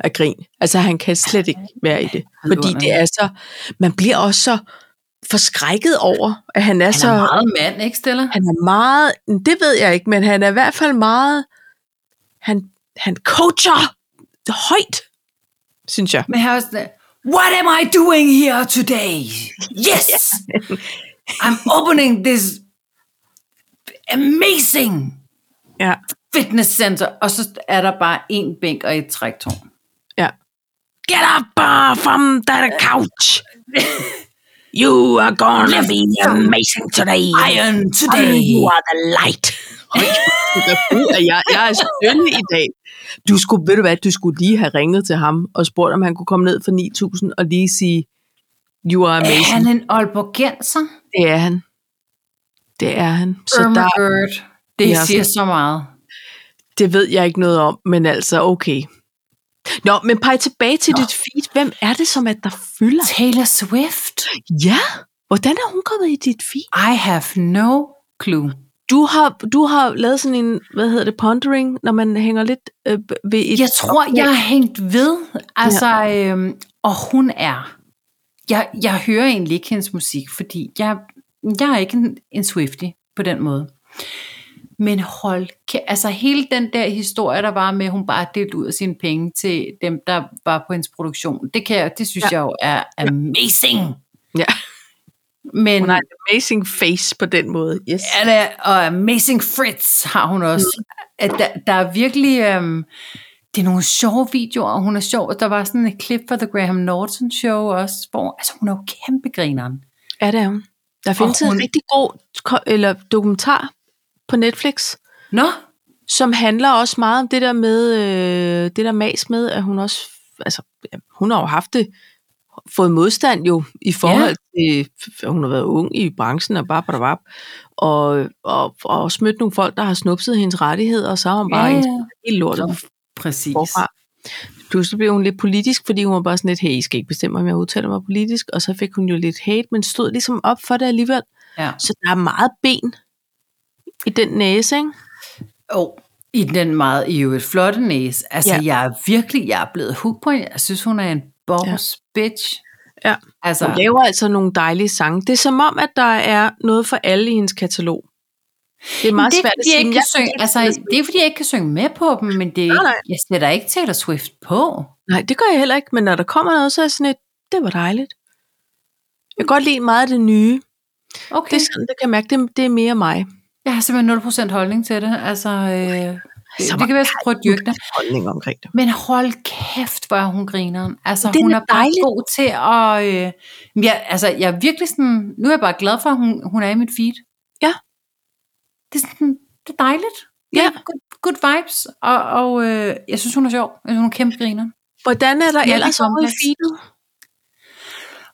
Speaker 2: af grin. Altså, han kan slet ikke være i det. Fordi det er så... Man bliver også så forskrækket over, at han er,
Speaker 1: han
Speaker 2: så...
Speaker 1: er meget mand, ikke Stella?
Speaker 2: Han er meget... Det ved jeg ikke, men han er i hvert fald meget... Han, han coacher højt, synes jeg.
Speaker 1: Men jeg har også sådan, What am I doing here today? Yes! I'm opening this amazing
Speaker 2: Ja.
Speaker 1: fitness center. Og så er der bare en bænk og et træktårn.
Speaker 2: Ja. Get up uh, from that couch. You are gonna be amazing today.
Speaker 1: Iron today.
Speaker 2: are the light. jeg, jeg er skønne i dag. Du skulle, ved du hvad, du skulle lige have ringet til ham og spurgt, om han kunne komme ned for 9.000 og lige sige, you are
Speaker 1: Er
Speaker 2: amazing.
Speaker 1: han en Aalborgenser?
Speaker 2: Det er han. Det er han. Så
Speaker 1: Irma
Speaker 2: der,
Speaker 1: Gerd. Det
Speaker 2: Ja,
Speaker 1: siger så meget.
Speaker 2: det ved jeg ikke noget om, men altså okay. Nå, men pege tilbage til Nå. dit feed. Hvem er det, som at der fylder?
Speaker 1: Taylor Swift?
Speaker 2: Ja, hvordan er hun kommet i dit feed?
Speaker 1: I have no clue.
Speaker 2: Du har, du har lavet sådan en, hvad hedder det, pondering, når man hænger lidt øh, ved et...
Speaker 1: Jeg tror, jeg har hængt ved. Altså, ja. øhm, og hun er. Jeg, jeg hører egentlig ikke hendes musik, fordi jeg, jeg er ikke en, en Swiftie på den måde. Men hold kæ- altså hele den der historie, der var med, at hun bare delte ud af sine penge til dem, der var på hendes produktion, det, kan jeg, det synes
Speaker 2: Ja.
Speaker 1: ja. jeg jo er amazing.
Speaker 2: Ja.
Speaker 1: Men,
Speaker 2: Hun har en amazing face på den måde, yes.
Speaker 1: Ja, det er, og Amazing Fritz har hun
Speaker 2: Mm.
Speaker 1: også. At der, der er virkelig... Øhm, det er nogle sjove videoer, og hun er sjov. Der var sådan et klip fra The Graham Norton Show også, hvor altså, hun er jo kæmpe grineren.
Speaker 2: Ja, det er hun. Der findes hun...
Speaker 1: hun-
Speaker 2: en rigtig god ko- eller dokumentar på Netflix,
Speaker 1: Nå,
Speaker 2: som handler også meget om det der med, øh, det der mas med, at hun også, altså, ja, hun har jo haft det, fået modstand jo, i forhold ja. til, at hun har været ung i branchen, og bare bare og, og, og også mødt nogle folk, der har snupset hendes rettigheder, og så har hun bare
Speaker 1: Ja, ja.
Speaker 2: ja, ja. helt lortet
Speaker 1: præcis.
Speaker 2: forfra. Pludselig blev hun lidt politisk, fordi hun var bare sådan lidt, hey, I skal ikke bestemme, om jeg udtaler mig politisk, og så fik hun jo lidt hate, men stod ligesom op for det alligevel.
Speaker 1: Ja.
Speaker 2: Så der er meget ben i den næse, ikke?
Speaker 1: Og i den meget i øvrigt flotte næse. Altså,
Speaker 2: Ja.
Speaker 1: ja. jeg er virkelig jeg er blevet hooked på hende. Jeg synes, hun er en boss ja. bitch.
Speaker 2: Ja.
Speaker 1: Altså,
Speaker 2: Hun laver altså nogle dejlige sange. Det er som om, at der er noget for alle i hendes katalog. Det er meget
Speaker 1: det er,
Speaker 2: svært
Speaker 1: fordi jeg ikke kan
Speaker 2: Jeg-
Speaker 1: synge, altså, det er, fordi jeg ikke kan synge med på dem, men det er,
Speaker 2: Nej,
Speaker 1: ikke-
Speaker 2: nej.
Speaker 1: jeg sætter ikke Taylor Swift på.
Speaker 2: Nej, det gør jeg heller ikke, men når der kommer noget, så er jeg sådan et, det var dejligt. Jeg kan godt lide meget af det nye.
Speaker 1: Okay.
Speaker 2: Det er sådan, det kan jeg mærke, det, det er mere mig.
Speaker 1: Jeg har simpelthen 0% holdning til det. Altså, øh, det,
Speaker 2: Så
Speaker 1: det kan være, at jeg skal prøve at dyrke det.
Speaker 2: Holdning omkring det.
Speaker 1: Men hold kæft, hvor er hun grineren. Altså,
Speaker 2: Det er
Speaker 1: hun
Speaker 2: da
Speaker 1: er bare
Speaker 2: dejligt.
Speaker 1: god til at... Øh, men jeg, altså, jeg er virkelig sådan... Nu er jeg bare glad for, at hun, hun er i mit feed.
Speaker 2: Ja.
Speaker 1: Det er sådan... Det er dejligt. Det er
Speaker 2: Ja.
Speaker 1: Good, good vibes. Og, og øh, jeg synes, hun er sjov. Jeg synes, hun er kæmpe griner.
Speaker 2: Hvordan er der
Speaker 1: Ja,
Speaker 2: ellers
Speaker 1: det er
Speaker 2: over i
Speaker 1: kompleks.
Speaker 2: feedet?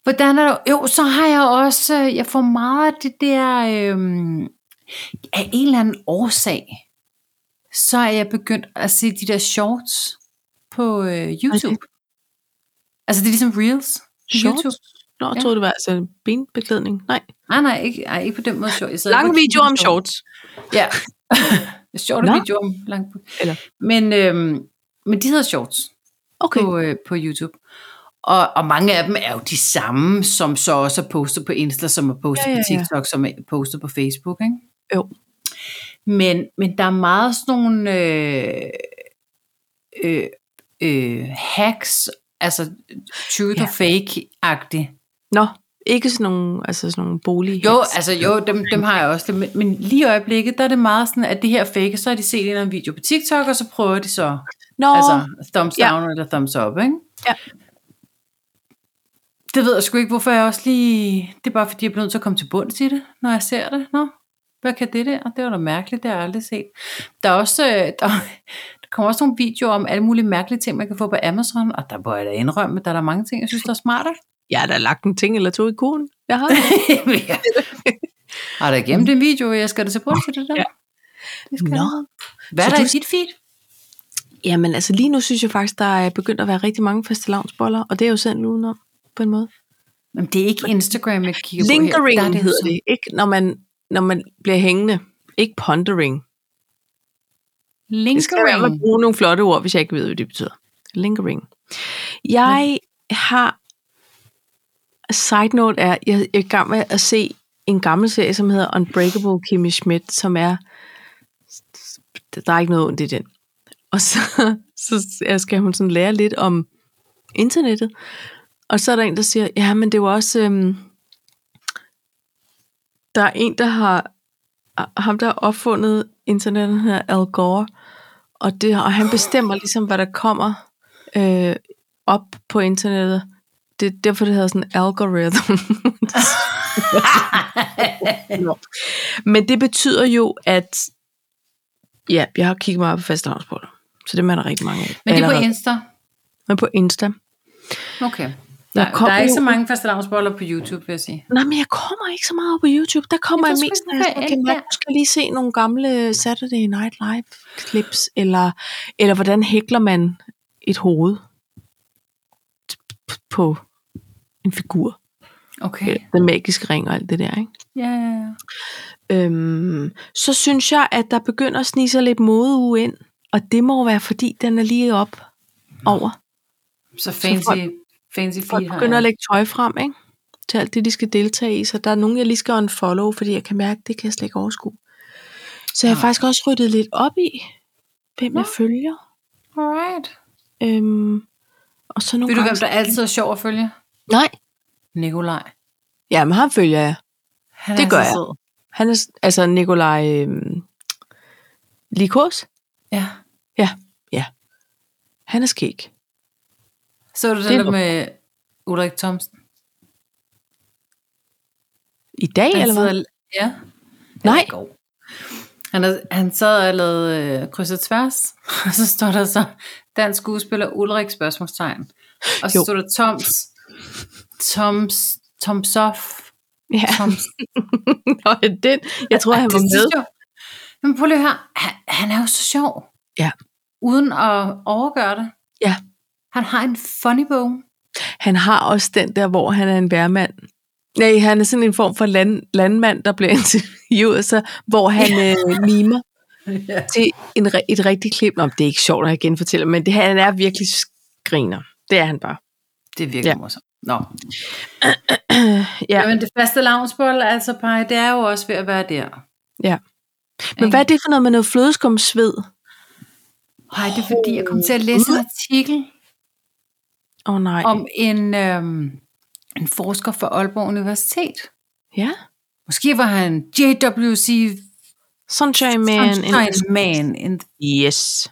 Speaker 1: Hvordan er det? Jo, så har jeg også, øh, jeg får meget af det der, øhm, af en eller anden årsag, så er jeg begyndt at se de der shorts på øh, YouTube. Altså det er ligesom reels på
Speaker 2: Shorts?
Speaker 1: YouTube.
Speaker 2: Nå, jeg
Speaker 1: Ja.
Speaker 2: troede, det var altså en benbeklædning. Nej.
Speaker 1: Nej, nej, ikke, ej, ikke på den måde shorts. Jeg sad
Speaker 2: Lange
Speaker 1: ikke og kiggede
Speaker 2: videoer
Speaker 1: på
Speaker 2: om shorts.
Speaker 1: Ja. Shorte
Speaker 2: Nå.
Speaker 1: videoer om langt.
Speaker 2: Eller-
Speaker 1: Men, øhm, men de hedder shorts
Speaker 2: Okay.
Speaker 1: på, øh, på YouTube. Og, og mange af dem er jo de samme, som så også er postet på Insta, som er postet
Speaker 2: Ja,
Speaker 1: ja,
Speaker 2: ja,
Speaker 1: ja,
Speaker 2: ja.
Speaker 1: på TikTok, som er postet på Facebook. Ikke?
Speaker 2: Jo.
Speaker 1: Men, men der er meget sådan nogle øh, øh, øh, hacks, altså truth ja.
Speaker 2: Ja.
Speaker 1: og fake-agtigt.
Speaker 2: Nå, ikke sådan nogle, altså sådan nogle bolig.
Speaker 1: Jo, altså jo, dem, dem har jeg også. Men, men lige i øjeblikket, der er det meget sådan, at det her fake, så har de set en eller anden video på TikTok, og så prøver de så,
Speaker 2: Nå,
Speaker 1: oh.
Speaker 2: altså,
Speaker 1: altså thumbs
Speaker 2: Ja.
Speaker 1: down ja. eller thumbs up, ikke?
Speaker 2: Ja.
Speaker 1: Det ved jeg sgu ikke, hvorfor jeg også lige... Det er bare fordi, jeg bliver nødt til at komme til bunds i det, når jeg ser det. Nå, hvad kan det der? Det var da mærkeligt, det har jeg aldrig set. Der er også... øh, Der, der kommer også nogle videoer om alle mulige mærkelige ting, man kan få på Amazon, og der må jeg da indrømme, at der er der mange ting, jeg synes, der er smarte.
Speaker 2: jeg har da lagt en ting eller to i kurven. Jeg har.
Speaker 1: ja. Har der gemt en video, jeg skal da se på til det der.
Speaker 2: Ja.
Speaker 1: Det skal
Speaker 2: Nå.
Speaker 1: jeg. Hvad er
Speaker 2: Så
Speaker 1: der
Speaker 2: du-
Speaker 1: i dit feed?
Speaker 2: Jamen altså lige nu synes jeg faktisk, der er begyndt at være rigtig mange fastelavnsboller, og det er jo selv udenom på en måde.
Speaker 1: Jamen, det er ikke Instagram, jeg kigger på her.
Speaker 2: Lingering
Speaker 1: Der er det jo
Speaker 2: hedder
Speaker 1: sådan-
Speaker 2: det, ikke? Når man, når man bliver hængende. Ikke pondering.
Speaker 1: Lingering.
Speaker 2: Det skal være med at bruge nogle flotte ord, hvis jeg ikke ved, hvad det betyder. Lingering. Jeg har... Side note er, jeg er i gang med at se en gammel serie, som hedder Unbreakable Kimmy Schmidt, som er... Der er ikke noget ondt i den. Og så, så skal hun sådan lære lidt om internettet. Og så er der en, der siger, ja, men det er jo også... Øhm, der er en, der har... Ham, der har opfundet internettet, her Al Gore. Og, det, og han bestemmer ligesom, hvad der kommer øh, op på internettet. Det er derfor, det hedder sådan algorithm. Nå. Men det betyder jo, at... Ja, jeg har kigget meget på fastelavnsboller. Så det er der rigtig mange af.
Speaker 1: Men det er på
Speaker 2: Allerede.
Speaker 1: Insta.
Speaker 2: Men på Insta.
Speaker 1: Okay. Der, der
Speaker 2: kommer
Speaker 1: er ikke
Speaker 2: jo-
Speaker 1: så mange fastelavnsboller på YouTube, vil jeg sige.
Speaker 2: Nej, men jeg kommer ikke så meget op på YouTube. Der kommer
Speaker 1: Ja,
Speaker 2: jeg
Speaker 1: der skal
Speaker 2: mest,
Speaker 1: vi
Speaker 2: når jeg
Speaker 1: have
Speaker 2: sådan, okay,
Speaker 1: alt
Speaker 2: man
Speaker 1: der."
Speaker 2: skal lige se nogle gamle Saturday Night Live clips, eller, eller hvordan hækler man et hoved på en figur.
Speaker 1: Okay.
Speaker 2: Øh, Den magiske ring og alt det der, ikke?
Speaker 1: Ja, ja, ja.
Speaker 2: Øhm, så synes jeg, at der begynder at snige sig lidt modeuge ind, og det må jo være, fordi den er lige op over.
Speaker 1: Så fancy,
Speaker 2: folk-
Speaker 1: fancy
Speaker 2: Folk
Speaker 1: feed har
Speaker 2: begynder
Speaker 1: jeg.
Speaker 2: at lægge tøj frem, ikke? Til alt det, de skal deltage i. Så der er nogen, jeg lige skal unfollow, fordi jeg kan mærke, det kan jeg slet ikke overskue. Så jeg har
Speaker 1: Nej.
Speaker 2: faktisk også ryddet lidt op i, hvem
Speaker 1: Nå.
Speaker 2: jeg følger.
Speaker 1: Alright.
Speaker 2: Øhm, og så nogle
Speaker 1: Ved du, hvem
Speaker 2: gange-
Speaker 1: der altid er sjov at følge?
Speaker 2: Nej.
Speaker 1: Nikolaj.
Speaker 2: Jamen, ham følger jeg.
Speaker 1: Han
Speaker 2: Det
Speaker 1: er
Speaker 2: gør
Speaker 1: så
Speaker 2: jeg.
Speaker 1: sød.
Speaker 2: Han er, s- altså, Nikolaj øhm, Likos,
Speaker 1: Ja.
Speaker 2: han er skæg.
Speaker 1: Så du det,
Speaker 2: Det er
Speaker 1: der med Ulrik Thomsen?
Speaker 2: I dag,
Speaker 1: Han
Speaker 2: eller hvad?
Speaker 1: sidder- Ja.
Speaker 2: Nej.
Speaker 1: Eller i går. Han, er, han sad og lavede øh, krydset tværs, og så står der så dansk skuespiller Ulrik spørgsmålstegn. Og så
Speaker 2: Jo.
Speaker 1: stod der Toms, Toms, Tomsoff,
Speaker 2: Ja,
Speaker 1: Toms
Speaker 2: Nå, den, jeg tror,
Speaker 1: Ej,
Speaker 2: han
Speaker 1: det
Speaker 2: var med.
Speaker 1: synes jeg- Men prøv lige at høre, han, han er jo så sjov.
Speaker 2: Ja.
Speaker 1: Uden at overgøre det.
Speaker 2: Ja.
Speaker 1: Han har en funny bone.
Speaker 2: Han har også den der, hvor han er en værmand. Nej, han er sådan en form for land, landmand, der bliver interviewet, så, hvor han øh, mimer
Speaker 1: Ja.
Speaker 2: til en, ri- et rigtigt klip. Nå, men det er ikke sjovt, når jeg genfortæller, men det, han er virkelig griner. Det er han bare.
Speaker 1: Det er virkelig
Speaker 2: Ja.
Speaker 1: ja. morsomt. Nå.
Speaker 2: ja.
Speaker 1: Ja. Jamen, det faste lavnsbold, altså, Paj, det er jo også ved at være der.
Speaker 2: Men hvad er det for noget med noget flødeskumsved?
Speaker 1: Paj, det er fordi, jeg kom til at læse en artikel
Speaker 2: Åh oh, nej.
Speaker 1: om en, øhm, en forsker fra Aalborg Universitet.
Speaker 2: Ja.
Speaker 1: Måske var han JWC
Speaker 2: Sunshine Man.
Speaker 1: Sunshine Man in the
Speaker 2: Yes.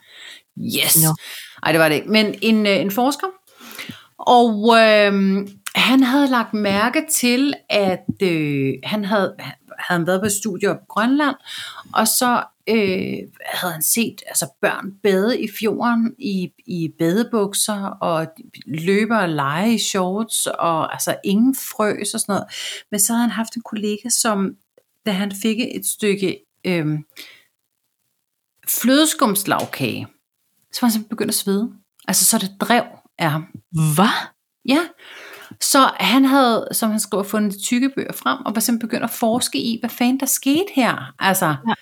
Speaker 1: Yes.
Speaker 2: Nå.
Speaker 1: No. Ej, det var det ikke. Men en, øh, en forsker. Og øh, han havde lagt mærke til, at øh, han havde, havde han været på et studie op i Grønland, og så øh, havde han set altså børn bade i fjorden i, i badebukser og løber og lege i shorts og altså ingen frøs og sådan noget. Men så havde han haft en kollega, som da han fik et stykke øh, flødeskumslagkage, så var han simpelthen begyndt at svede. Altså så det drev af ham.
Speaker 2: Hvad?
Speaker 1: Ja, så han havde, som han skriver, fundet de tykke bøger frem, og var simpelthen begyndt at forske i, hvad fanden der skete her. Altså, ja.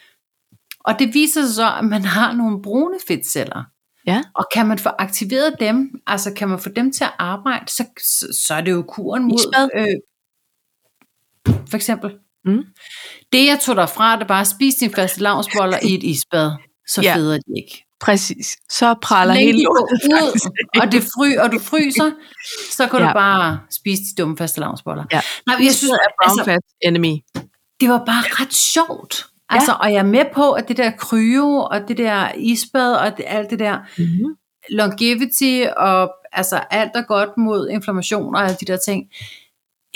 Speaker 1: Og det viser sig så, at man har nogle brune fedtceller.
Speaker 2: Ja.
Speaker 1: Og kan man få aktiveret dem, altså kan man få dem til at arbejde, så, så, så er det jo kuren mod...
Speaker 2: Isbad.
Speaker 1: Øh, for eksempel.
Speaker 2: Mm.
Speaker 1: Det jeg tog derfra, det er bare at spise dine faste lavnsboller i et isbad. Så
Speaker 2: Ja.
Speaker 1: ja. federe de ikke.
Speaker 2: Præcis. Så praller
Speaker 1: Længe
Speaker 2: hele
Speaker 1: de går
Speaker 2: lortet faktisk
Speaker 1: ud, altså-
Speaker 2: af.
Speaker 1: og, det fry, og du fryser, så kan ja.
Speaker 2: Ja.
Speaker 1: du bare spise de dumme faste lavnsboller.
Speaker 2: Ja.
Speaker 1: Nej, men jeg synes,
Speaker 2: at brown
Speaker 1: altså,
Speaker 2: fat enemy.
Speaker 1: det var bare ret sjovt. Altså, og jeg er med på, at det der kryo, og det der isbad, og det, alt det der
Speaker 2: Mm-hmm.
Speaker 1: longevity, og altså alt er godt mod inflammation og alle de der ting.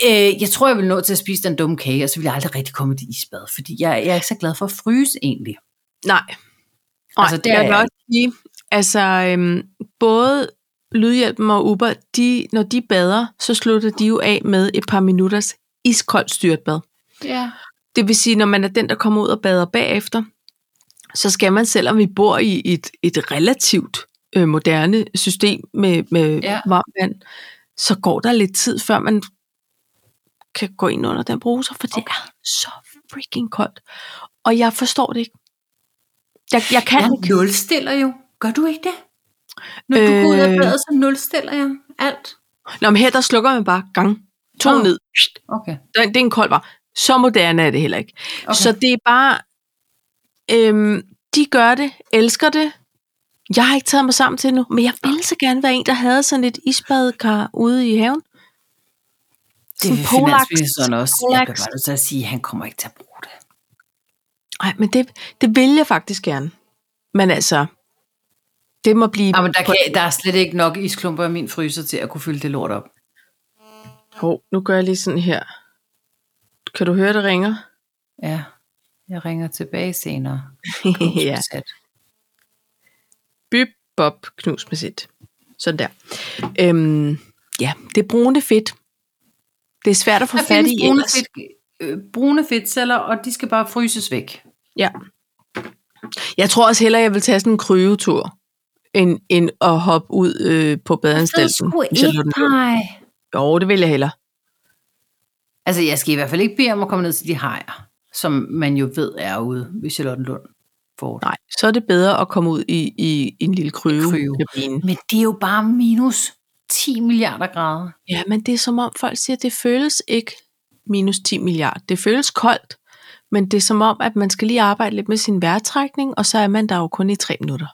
Speaker 1: Øh, jeg tror, jeg vil nå til at spise den dumme kage, og så vil jeg aldrig rigtig komme i det isbad, fordi jeg, jeg er ikke så glad for at fryse egentlig.
Speaker 2: Nej. Nej,
Speaker 1: Altså,
Speaker 2: altså,
Speaker 1: det
Speaker 2: det jeg
Speaker 1: er
Speaker 2: vil
Speaker 1: jeg
Speaker 2: også sige, altså øhm, både Lydhjælpen og Uber, de, når de bader, så slutter de jo af med et par minutters iskoldt styrtbad.
Speaker 1: Ja.
Speaker 2: Det vil sige, når man er den, der kommer ud og bader bagefter, så skal man, selvom vi bor i et, et relativt øh, moderne system med, med ja.
Speaker 1: Ja.
Speaker 2: varmt vand, så går der lidt tid, før man kan gå ind under den bruser, for det
Speaker 1: Okay.
Speaker 2: er så freaking koldt. Og jeg forstår det ikke. Jeg, jeg kan
Speaker 1: Jeg
Speaker 2: ikke.
Speaker 1: nulstiller jo. Gør du ikke det? Når øh... du går ud af
Speaker 2: Øh.
Speaker 1: badet, så nulstiller jeg alt.
Speaker 2: Nå, men her der slukker man bare gang. To
Speaker 1: Nå.
Speaker 2: ned.
Speaker 1: Okay.
Speaker 2: Der- Det er en kold var. Så moderne er det heller ikke. Okay.
Speaker 1: okay.
Speaker 2: Så det er bare, øhm, de gør det, elsker det. Jeg har ikke taget mig sammen til det nu, men jeg ville så gerne være en, der havde sådan et isbadekar ude i haven.
Speaker 1: det
Speaker 2: sådan
Speaker 1: vil
Speaker 2: Polax-
Speaker 1: finansministeren også. Jeg bliver
Speaker 2: Polax.
Speaker 1: bare nødt til at sige, at han kommer ikke til at bruge det.
Speaker 2: Nej, men det, det vil jeg faktisk gerne. Men altså, det må blive...
Speaker 1: Jamen, Ah, der, kan, der er slet ikke nok isklumper i min fryser til at kunne fylde det lort op.
Speaker 2: Hov, nu gør jeg lige sådan her. Kan du høre, det ringer?
Speaker 1: Ja, jeg ringer tilbage senere.
Speaker 2: ja.
Speaker 1: Udsat.
Speaker 2: Byp, bop, knus med sit. Sådan der. Øhm, ja, det brune fedt. Det er svært at få
Speaker 1: Der
Speaker 2: fat
Speaker 1: findes
Speaker 2: i
Speaker 1: brune,
Speaker 2: ellers.
Speaker 1: fedt, øh, brune fedtceller, og de skal bare fryses væk.
Speaker 2: Ja. Jeg tror også hellere, jeg vil tage sådan en kryvetur, end, end at hoppe ud øh, på badeanstalten. i Charlottenlund.
Speaker 1: pege.
Speaker 2: Jo, det vil jeg hellere.
Speaker 1: Altså, jeg skal i hvert fald ikke bede om at komme ned til de hajer, som man jo ved er ude ved Charlottenlund. Fort.
Speaker 2: Nej, så er det bedre at komme ud i, i en lille kryve.
Speaker 1: Kryve.
Speaker 2: Kabine.
Speaker 1: Men det er jo bare minus 10 milliarder grader.
Speaker 2: Ja, men det er som om folk siger, at det føles ikke minus 10 milliarder. Det føles koldt, men det er som om, at man skal lige arbejde lidt med sin vejrtrækning, og så er man der jo kun i tre minutter.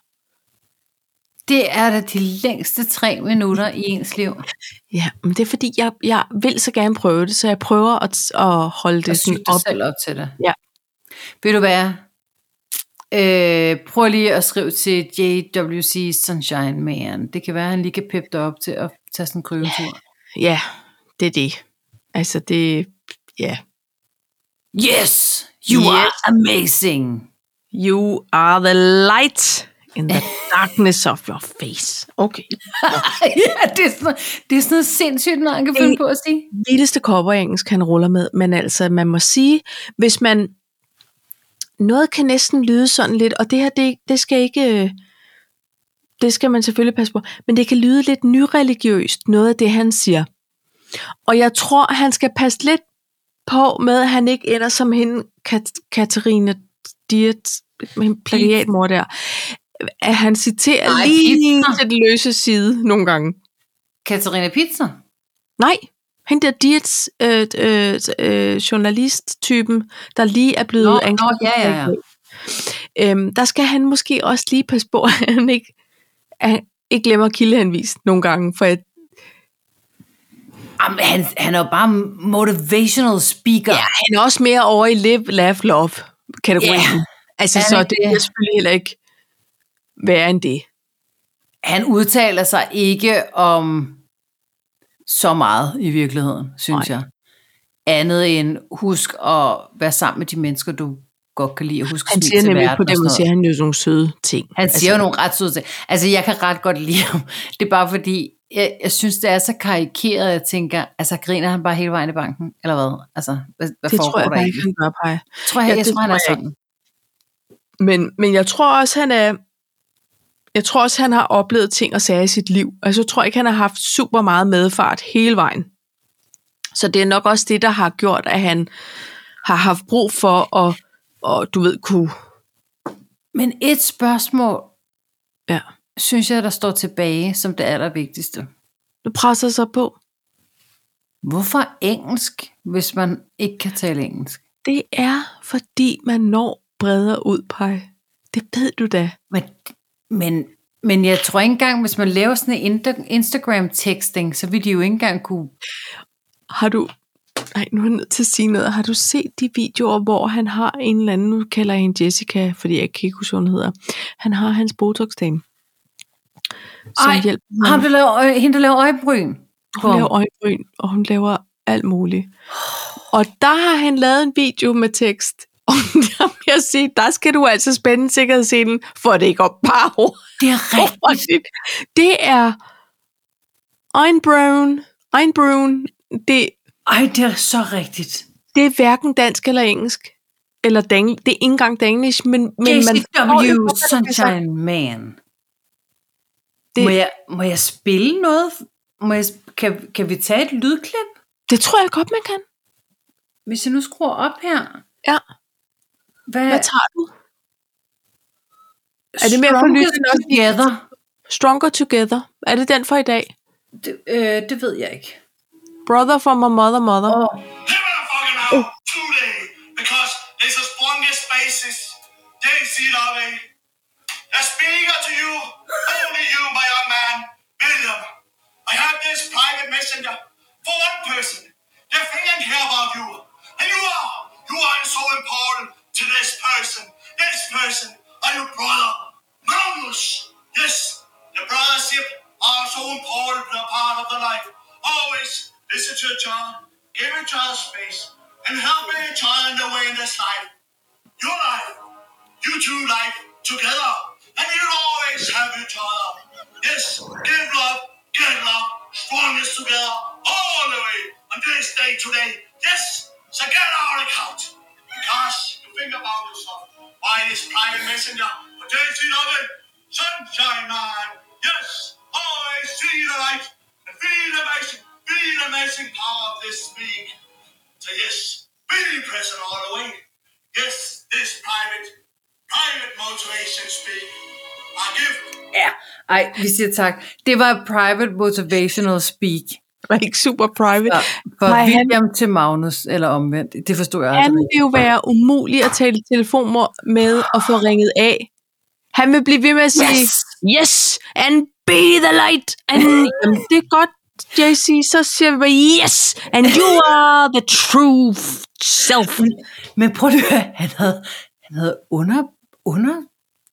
Speaker 1: Det er da de længste tre minutter i ens liv.
Speaker 2: Ja, men det er fordi, jeg, jeg vil så gerne prøve det, så jeg prøver at, at holde det
Speaker 1: Jeg synes
Speaker 2: sådan
Speaker 1: dig
Speaker 2: op.
Speaker 1: selv op til det.
Speaker 2: Ja.
Speaker 1: Ved du hvad? Øh, prøv lige at skrive til JWC Sunshine Man. Det kan være, at han lige kan peppe dig op til at tage sådan en kryvetur.
Speaker 2: Ja, det er det. Altså det, ja.
Speaker 1: Yes! You yes.
Speaker 2: Yes.
Speaker 1: are amazing!
Speaker 2: You are the light in the darkness of your face. Okay.
Speaker 1: ja, det er, sådan, noget- det er sådan noget sindssygt, når han kan finde på at sige.
Speaker 2: Vildeste kopper engelsk, han ruller med. Men altså, man må sige, hvis man... Noget kan næsten lyde sådan lidt, og det her, det, det skal ikke... øh, Det skal man selvfølgelig passe på. Men det kan lyde lidt nyreligiøst, noget af det, han siger. Og jeg tror, han skal passe lidt på med, at han ikke ender som hende, Kat- Katarina Diet, med en plagiatmor der. At han citerer
Speaker 1: Nej,
Speaker 2: Nej, lige
Speaker 1: pizza.
Speaker 2: til den løse side nogle gange.
Speaker 1: Katarina Pizza?
Speaker 2: Nej, hende der Diets øh, øh, øh, journalist-typen, der lige er blevet
Speaker 1: Nå, nå,
Speaker 2: anklaget.
Speaker 1: ja, ja, ja.
Speaker 2: Øhm, der skal han måske også lige passe på, at han ikke, at han ikke glemmer kildehenvist nogle gange, for jeg,
Speaker 1: Jamen, han, han er jo bare motivational speaker.
Speaker 2: ja, han er også mere over i live, laugh, love kategorien.
Speaker 1: Ja,
Speaker 2: altså,
Speaker 1: han
Speaker 2: så
Speaker 1: er
Speaker 2: det
Speaker 1: det.
Speaker 2: er selvfølgelig heller ikke værre end det.
Speaker 1: Han udtaler sig ikke om så meget i virkeligheden, synes
Speaker 2: Nej.
Speaker 1: Nej. jeg. Andet end husk at være sammen med de mennesker, du godt kan lide at huske
Speaker 2: Han
Speaker 1: at smile
Speaker 2: siger
Speaker 1: til
Speaker 2: nemlig,
Speaker 1: verden
Speaker 2: på
Speaker 1: og sådan
Speaker 2: dem
Speaker 1: noget.
Speaker 2: siger han jo sådan nogle søde ting.
Speaker 1: Han altså, siger jo nogle ret søde ting. Altså, jeg kan ret godt lide ham. Det er bare fordi, jeg, jeg synes, det er så karikeret, jeg tænker, altså griner han bare hele vejen i banken, eller hvad? Altså, hvad, hvad
Speaker 2: Det
Speaker 1: foregår
Speaker 2: tror jeg
Speaker 1: der
Speaker 2: bare
Speaker 1: ikke?
Speaker 2: ikke, han gør, Paj.
Speaker 1: Tror jeg,
Speaker 2: Ja,
Speaker 1: ja, jeg
Speaker 2: det
Speaker 1: tror, han
Speaker 2: tror
Speaker 1: er
Speaker 2: jeg
Speaker 1: sådan.
Speaker 2: Men, men jeg tror også, han er... Jeg tror også, han har oplevet ting og sager i sit liv. Altså, jeg tror ikke, han har haft super meget medfart hele vejen. Så det er nok også det, der har gjort, at han har haft brug for at, og, du ved, kunne...
Speaker 1: Men et spørgsmål,
Speaker 2: Ja.
Speaker 1: synes jeg, der står tilbage som det allervigtigste.
Speaker 2: Du presser sig på.
Speaker 1: Hvorfor engelsk, hvis man ikke kan tale engelsk?
Speaker 2: Det er, fordi man når bredere ud, Paj. Det ved du da.
Speaker 1: Men, men, men jeg tror ikke engang, hvis man laver sådan en Insta- Instagram-texting, så vil de jo ikke engang kunne...
Speaker 2: Har du... Nej, nu er jeg nødt til at sige noget. Har du set de videoer, hvor han har en eller anden, nu kalder jeg hende Jessica, fordi jeg kan ikke huske, hvad hun hedder. Han har hans botox-dame. Som
Speaker 1: Ej,
Speaker 2: hjælper
Speaker 1: Ham,
Speaker 2: ham.
Speaker 1: der laver, øje- hende, der laver øjenbryn.
Speaker 2: Hun laver øjenbryn, og hun laver alt muligt. Og der har han lavet en video med tekst. Og der vil jeg sige, der skal du altså spænde sikkerhedsselen, for det går bare
Speaker 1: Det er rigtigt.
Speaker 2: hurtigt. Det er øjenbryn, øjenbryn, det,
Speaker 1: Ej, det er så rigtigt.
Speaker 2: det er hverken dansk eller engelsk. Eller dang, det er ikke engang dansk, men, men forstår jo
Speaker 1: JCW
Speaker 2: godt, hvad der bliver sagt.
Speaker 1: Sunshine Man.
Speaker 2: Det-
Speaker 1: Det... Må, jeg, må jeg spille noget? Må jeg, kan, kan vi tage et lydklip?
Speaker 2: Det tror jeg godt, man kan.
Speaker 1: Hvis jeg nu skruer op her.
Speaker 2: Ja.
Speaker 1: Hvad,
Speaker 2: Hvad tager du? er det mere for
Speaker 1: Stronger
Speaker 2: lyden også?
Speaker 1: Together?
Speaker 2: Stronger Together. Er det den for i dag?
Speaker 1: Det, øh, det ved jeg ikke.
Speaker 2: Brother from my mother, mother.
Speaker 1: Åh,
Speaker 3: Get our fucking out today because there's a stronger spaces. They see it already. I speak to you, only you, my young man, William. I have this private messenger for one person. They think and care about you. And you are, you are so important to this person. This person are your brother, Magnus. Yes, the brothership are so important a part of the life. Always listen to each other, give each other space, and help each other in the way in this life. Your life, you two life together, and you'll always have each other. Yes, give love, get love, strongest together, all the way on this day today. Yes, so get out of the couch. Because you think about yourself. Why this private messenger for days in oven? Sunshine man. Yes, always see the light and feel the amazing, feel the amazing power of this being. So yes, be present all the way. Yes, this private, private motivation speak. I give
Speaker 1: ja. Ej, vi siger tak. Det var private motivational speak
Speaker 2: Det var ikke super private.
Speaker 1: fra, fra
Speaker 2: Nej, han-
Speaker 1: William til Magnus, eller omvendt. Det forstod jeg
Speaker 2: Han
Speaker 1: aldrig.
Speaker 2: vil jo være umulig at tale i telefon med og få ringet af. Han vil blive ved med at sige, yes, yes and be the light. And, Jamen, det er godt, JC, så siger vi bare,
Speaker 1: Øh,
Speaker 2: yes, and you are the true self.
Speaker 1: Men prøv lige at høre, han havde, han havde under,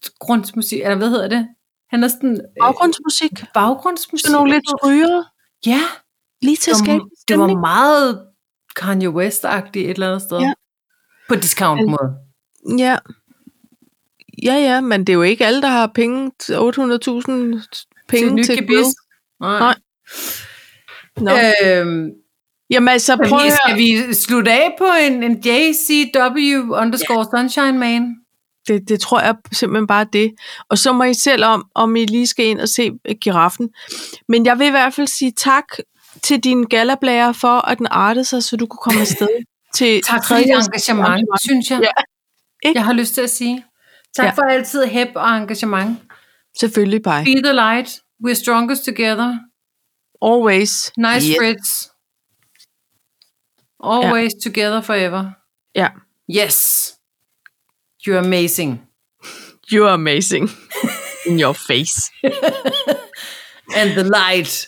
Speaker 1: undergrundsmusik, eller hvad hedder det? Han havde sådan øh,
Speaker 2: Baggrundsmusik,
Speaker 1: baggrundsmusik.
Speaker 2: sådan nogle lidt skryere,
Speaker 1: Ja,
Speaker 2: lige til
Speaker 1: det
Speaker 2: at skabe
Speaker 1: var,
Speaker 2: en
Speaker 1: det var
Speaker 2: stemning.
Speaker 1: meget Kanye West-agtigt et eller andet sted.
Speaker 2: Ja.
Speaker 1: Ja. På discount-måde.
Speaker 2: Ja. Ja, ja, men det er jo ikke alle, der har penge, t- 800.000
Speaker 1: Til et
Speaker 2: penge
Speaker 1: nyt
Speaker 2: til, til
Speaker 1: gebis.
Speaker 2: Nej.
Speaker 1: Nej.
Speaker 2: Nå.
Speaker 1: Nå. Øhm,
Speaker 2: Jamen altså, prøv at
Speaker 1: vi,
Speaker 2: høre.
Speaker 1: skal vi slutte af på en, en JCW underscore Sunshine Man?
Speaker 2: Det, det tror jeg simpelthen bare er det. Og så må I selv om, om I lige skal ind og se øh, giraffen. Men jeg vil i hvert fald sige tak til dine galablager for, at den artede sig, så du kunne komme afsted til
Speaker 1: Tak for dit engagement, synes jeg.
Speaker 2: Ikke?
Speaker 1: Jeg har lyst til at sige. Tak
Speaker 2: Ja.
Speaker 1: ja. for altid hæb og engagement.
Speaker 2: Selvfølgelig bare.
Speaker 1: Be the light. We're strongest together.
Speaker 2: Always.
Speaker 1: Nice
Speaker 2: Yeah.
Speaker 1: yeah. Brits. Always together forever.
Speaker 2: Ja.
Speaker 1: Yes. You're amazing.
Speaker 2: You're amazing. In your face.
Speaker 1: And the light.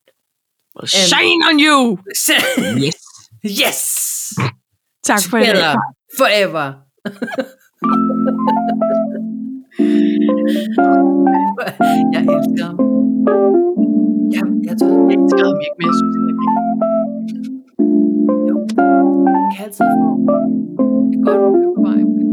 Speaker 2: Shine on you! Yes.
Speaker 1: yes.
Speaker 2: Tak for det.
Speaker 1: Together forever. jeg elsker ham. Jeg, jeg tror,
Speaker 2: Jeg elsker ham ikke, men jeg synes, han er grineren.
Speaker 1: er jeg kan altid få et godt humør på vejen.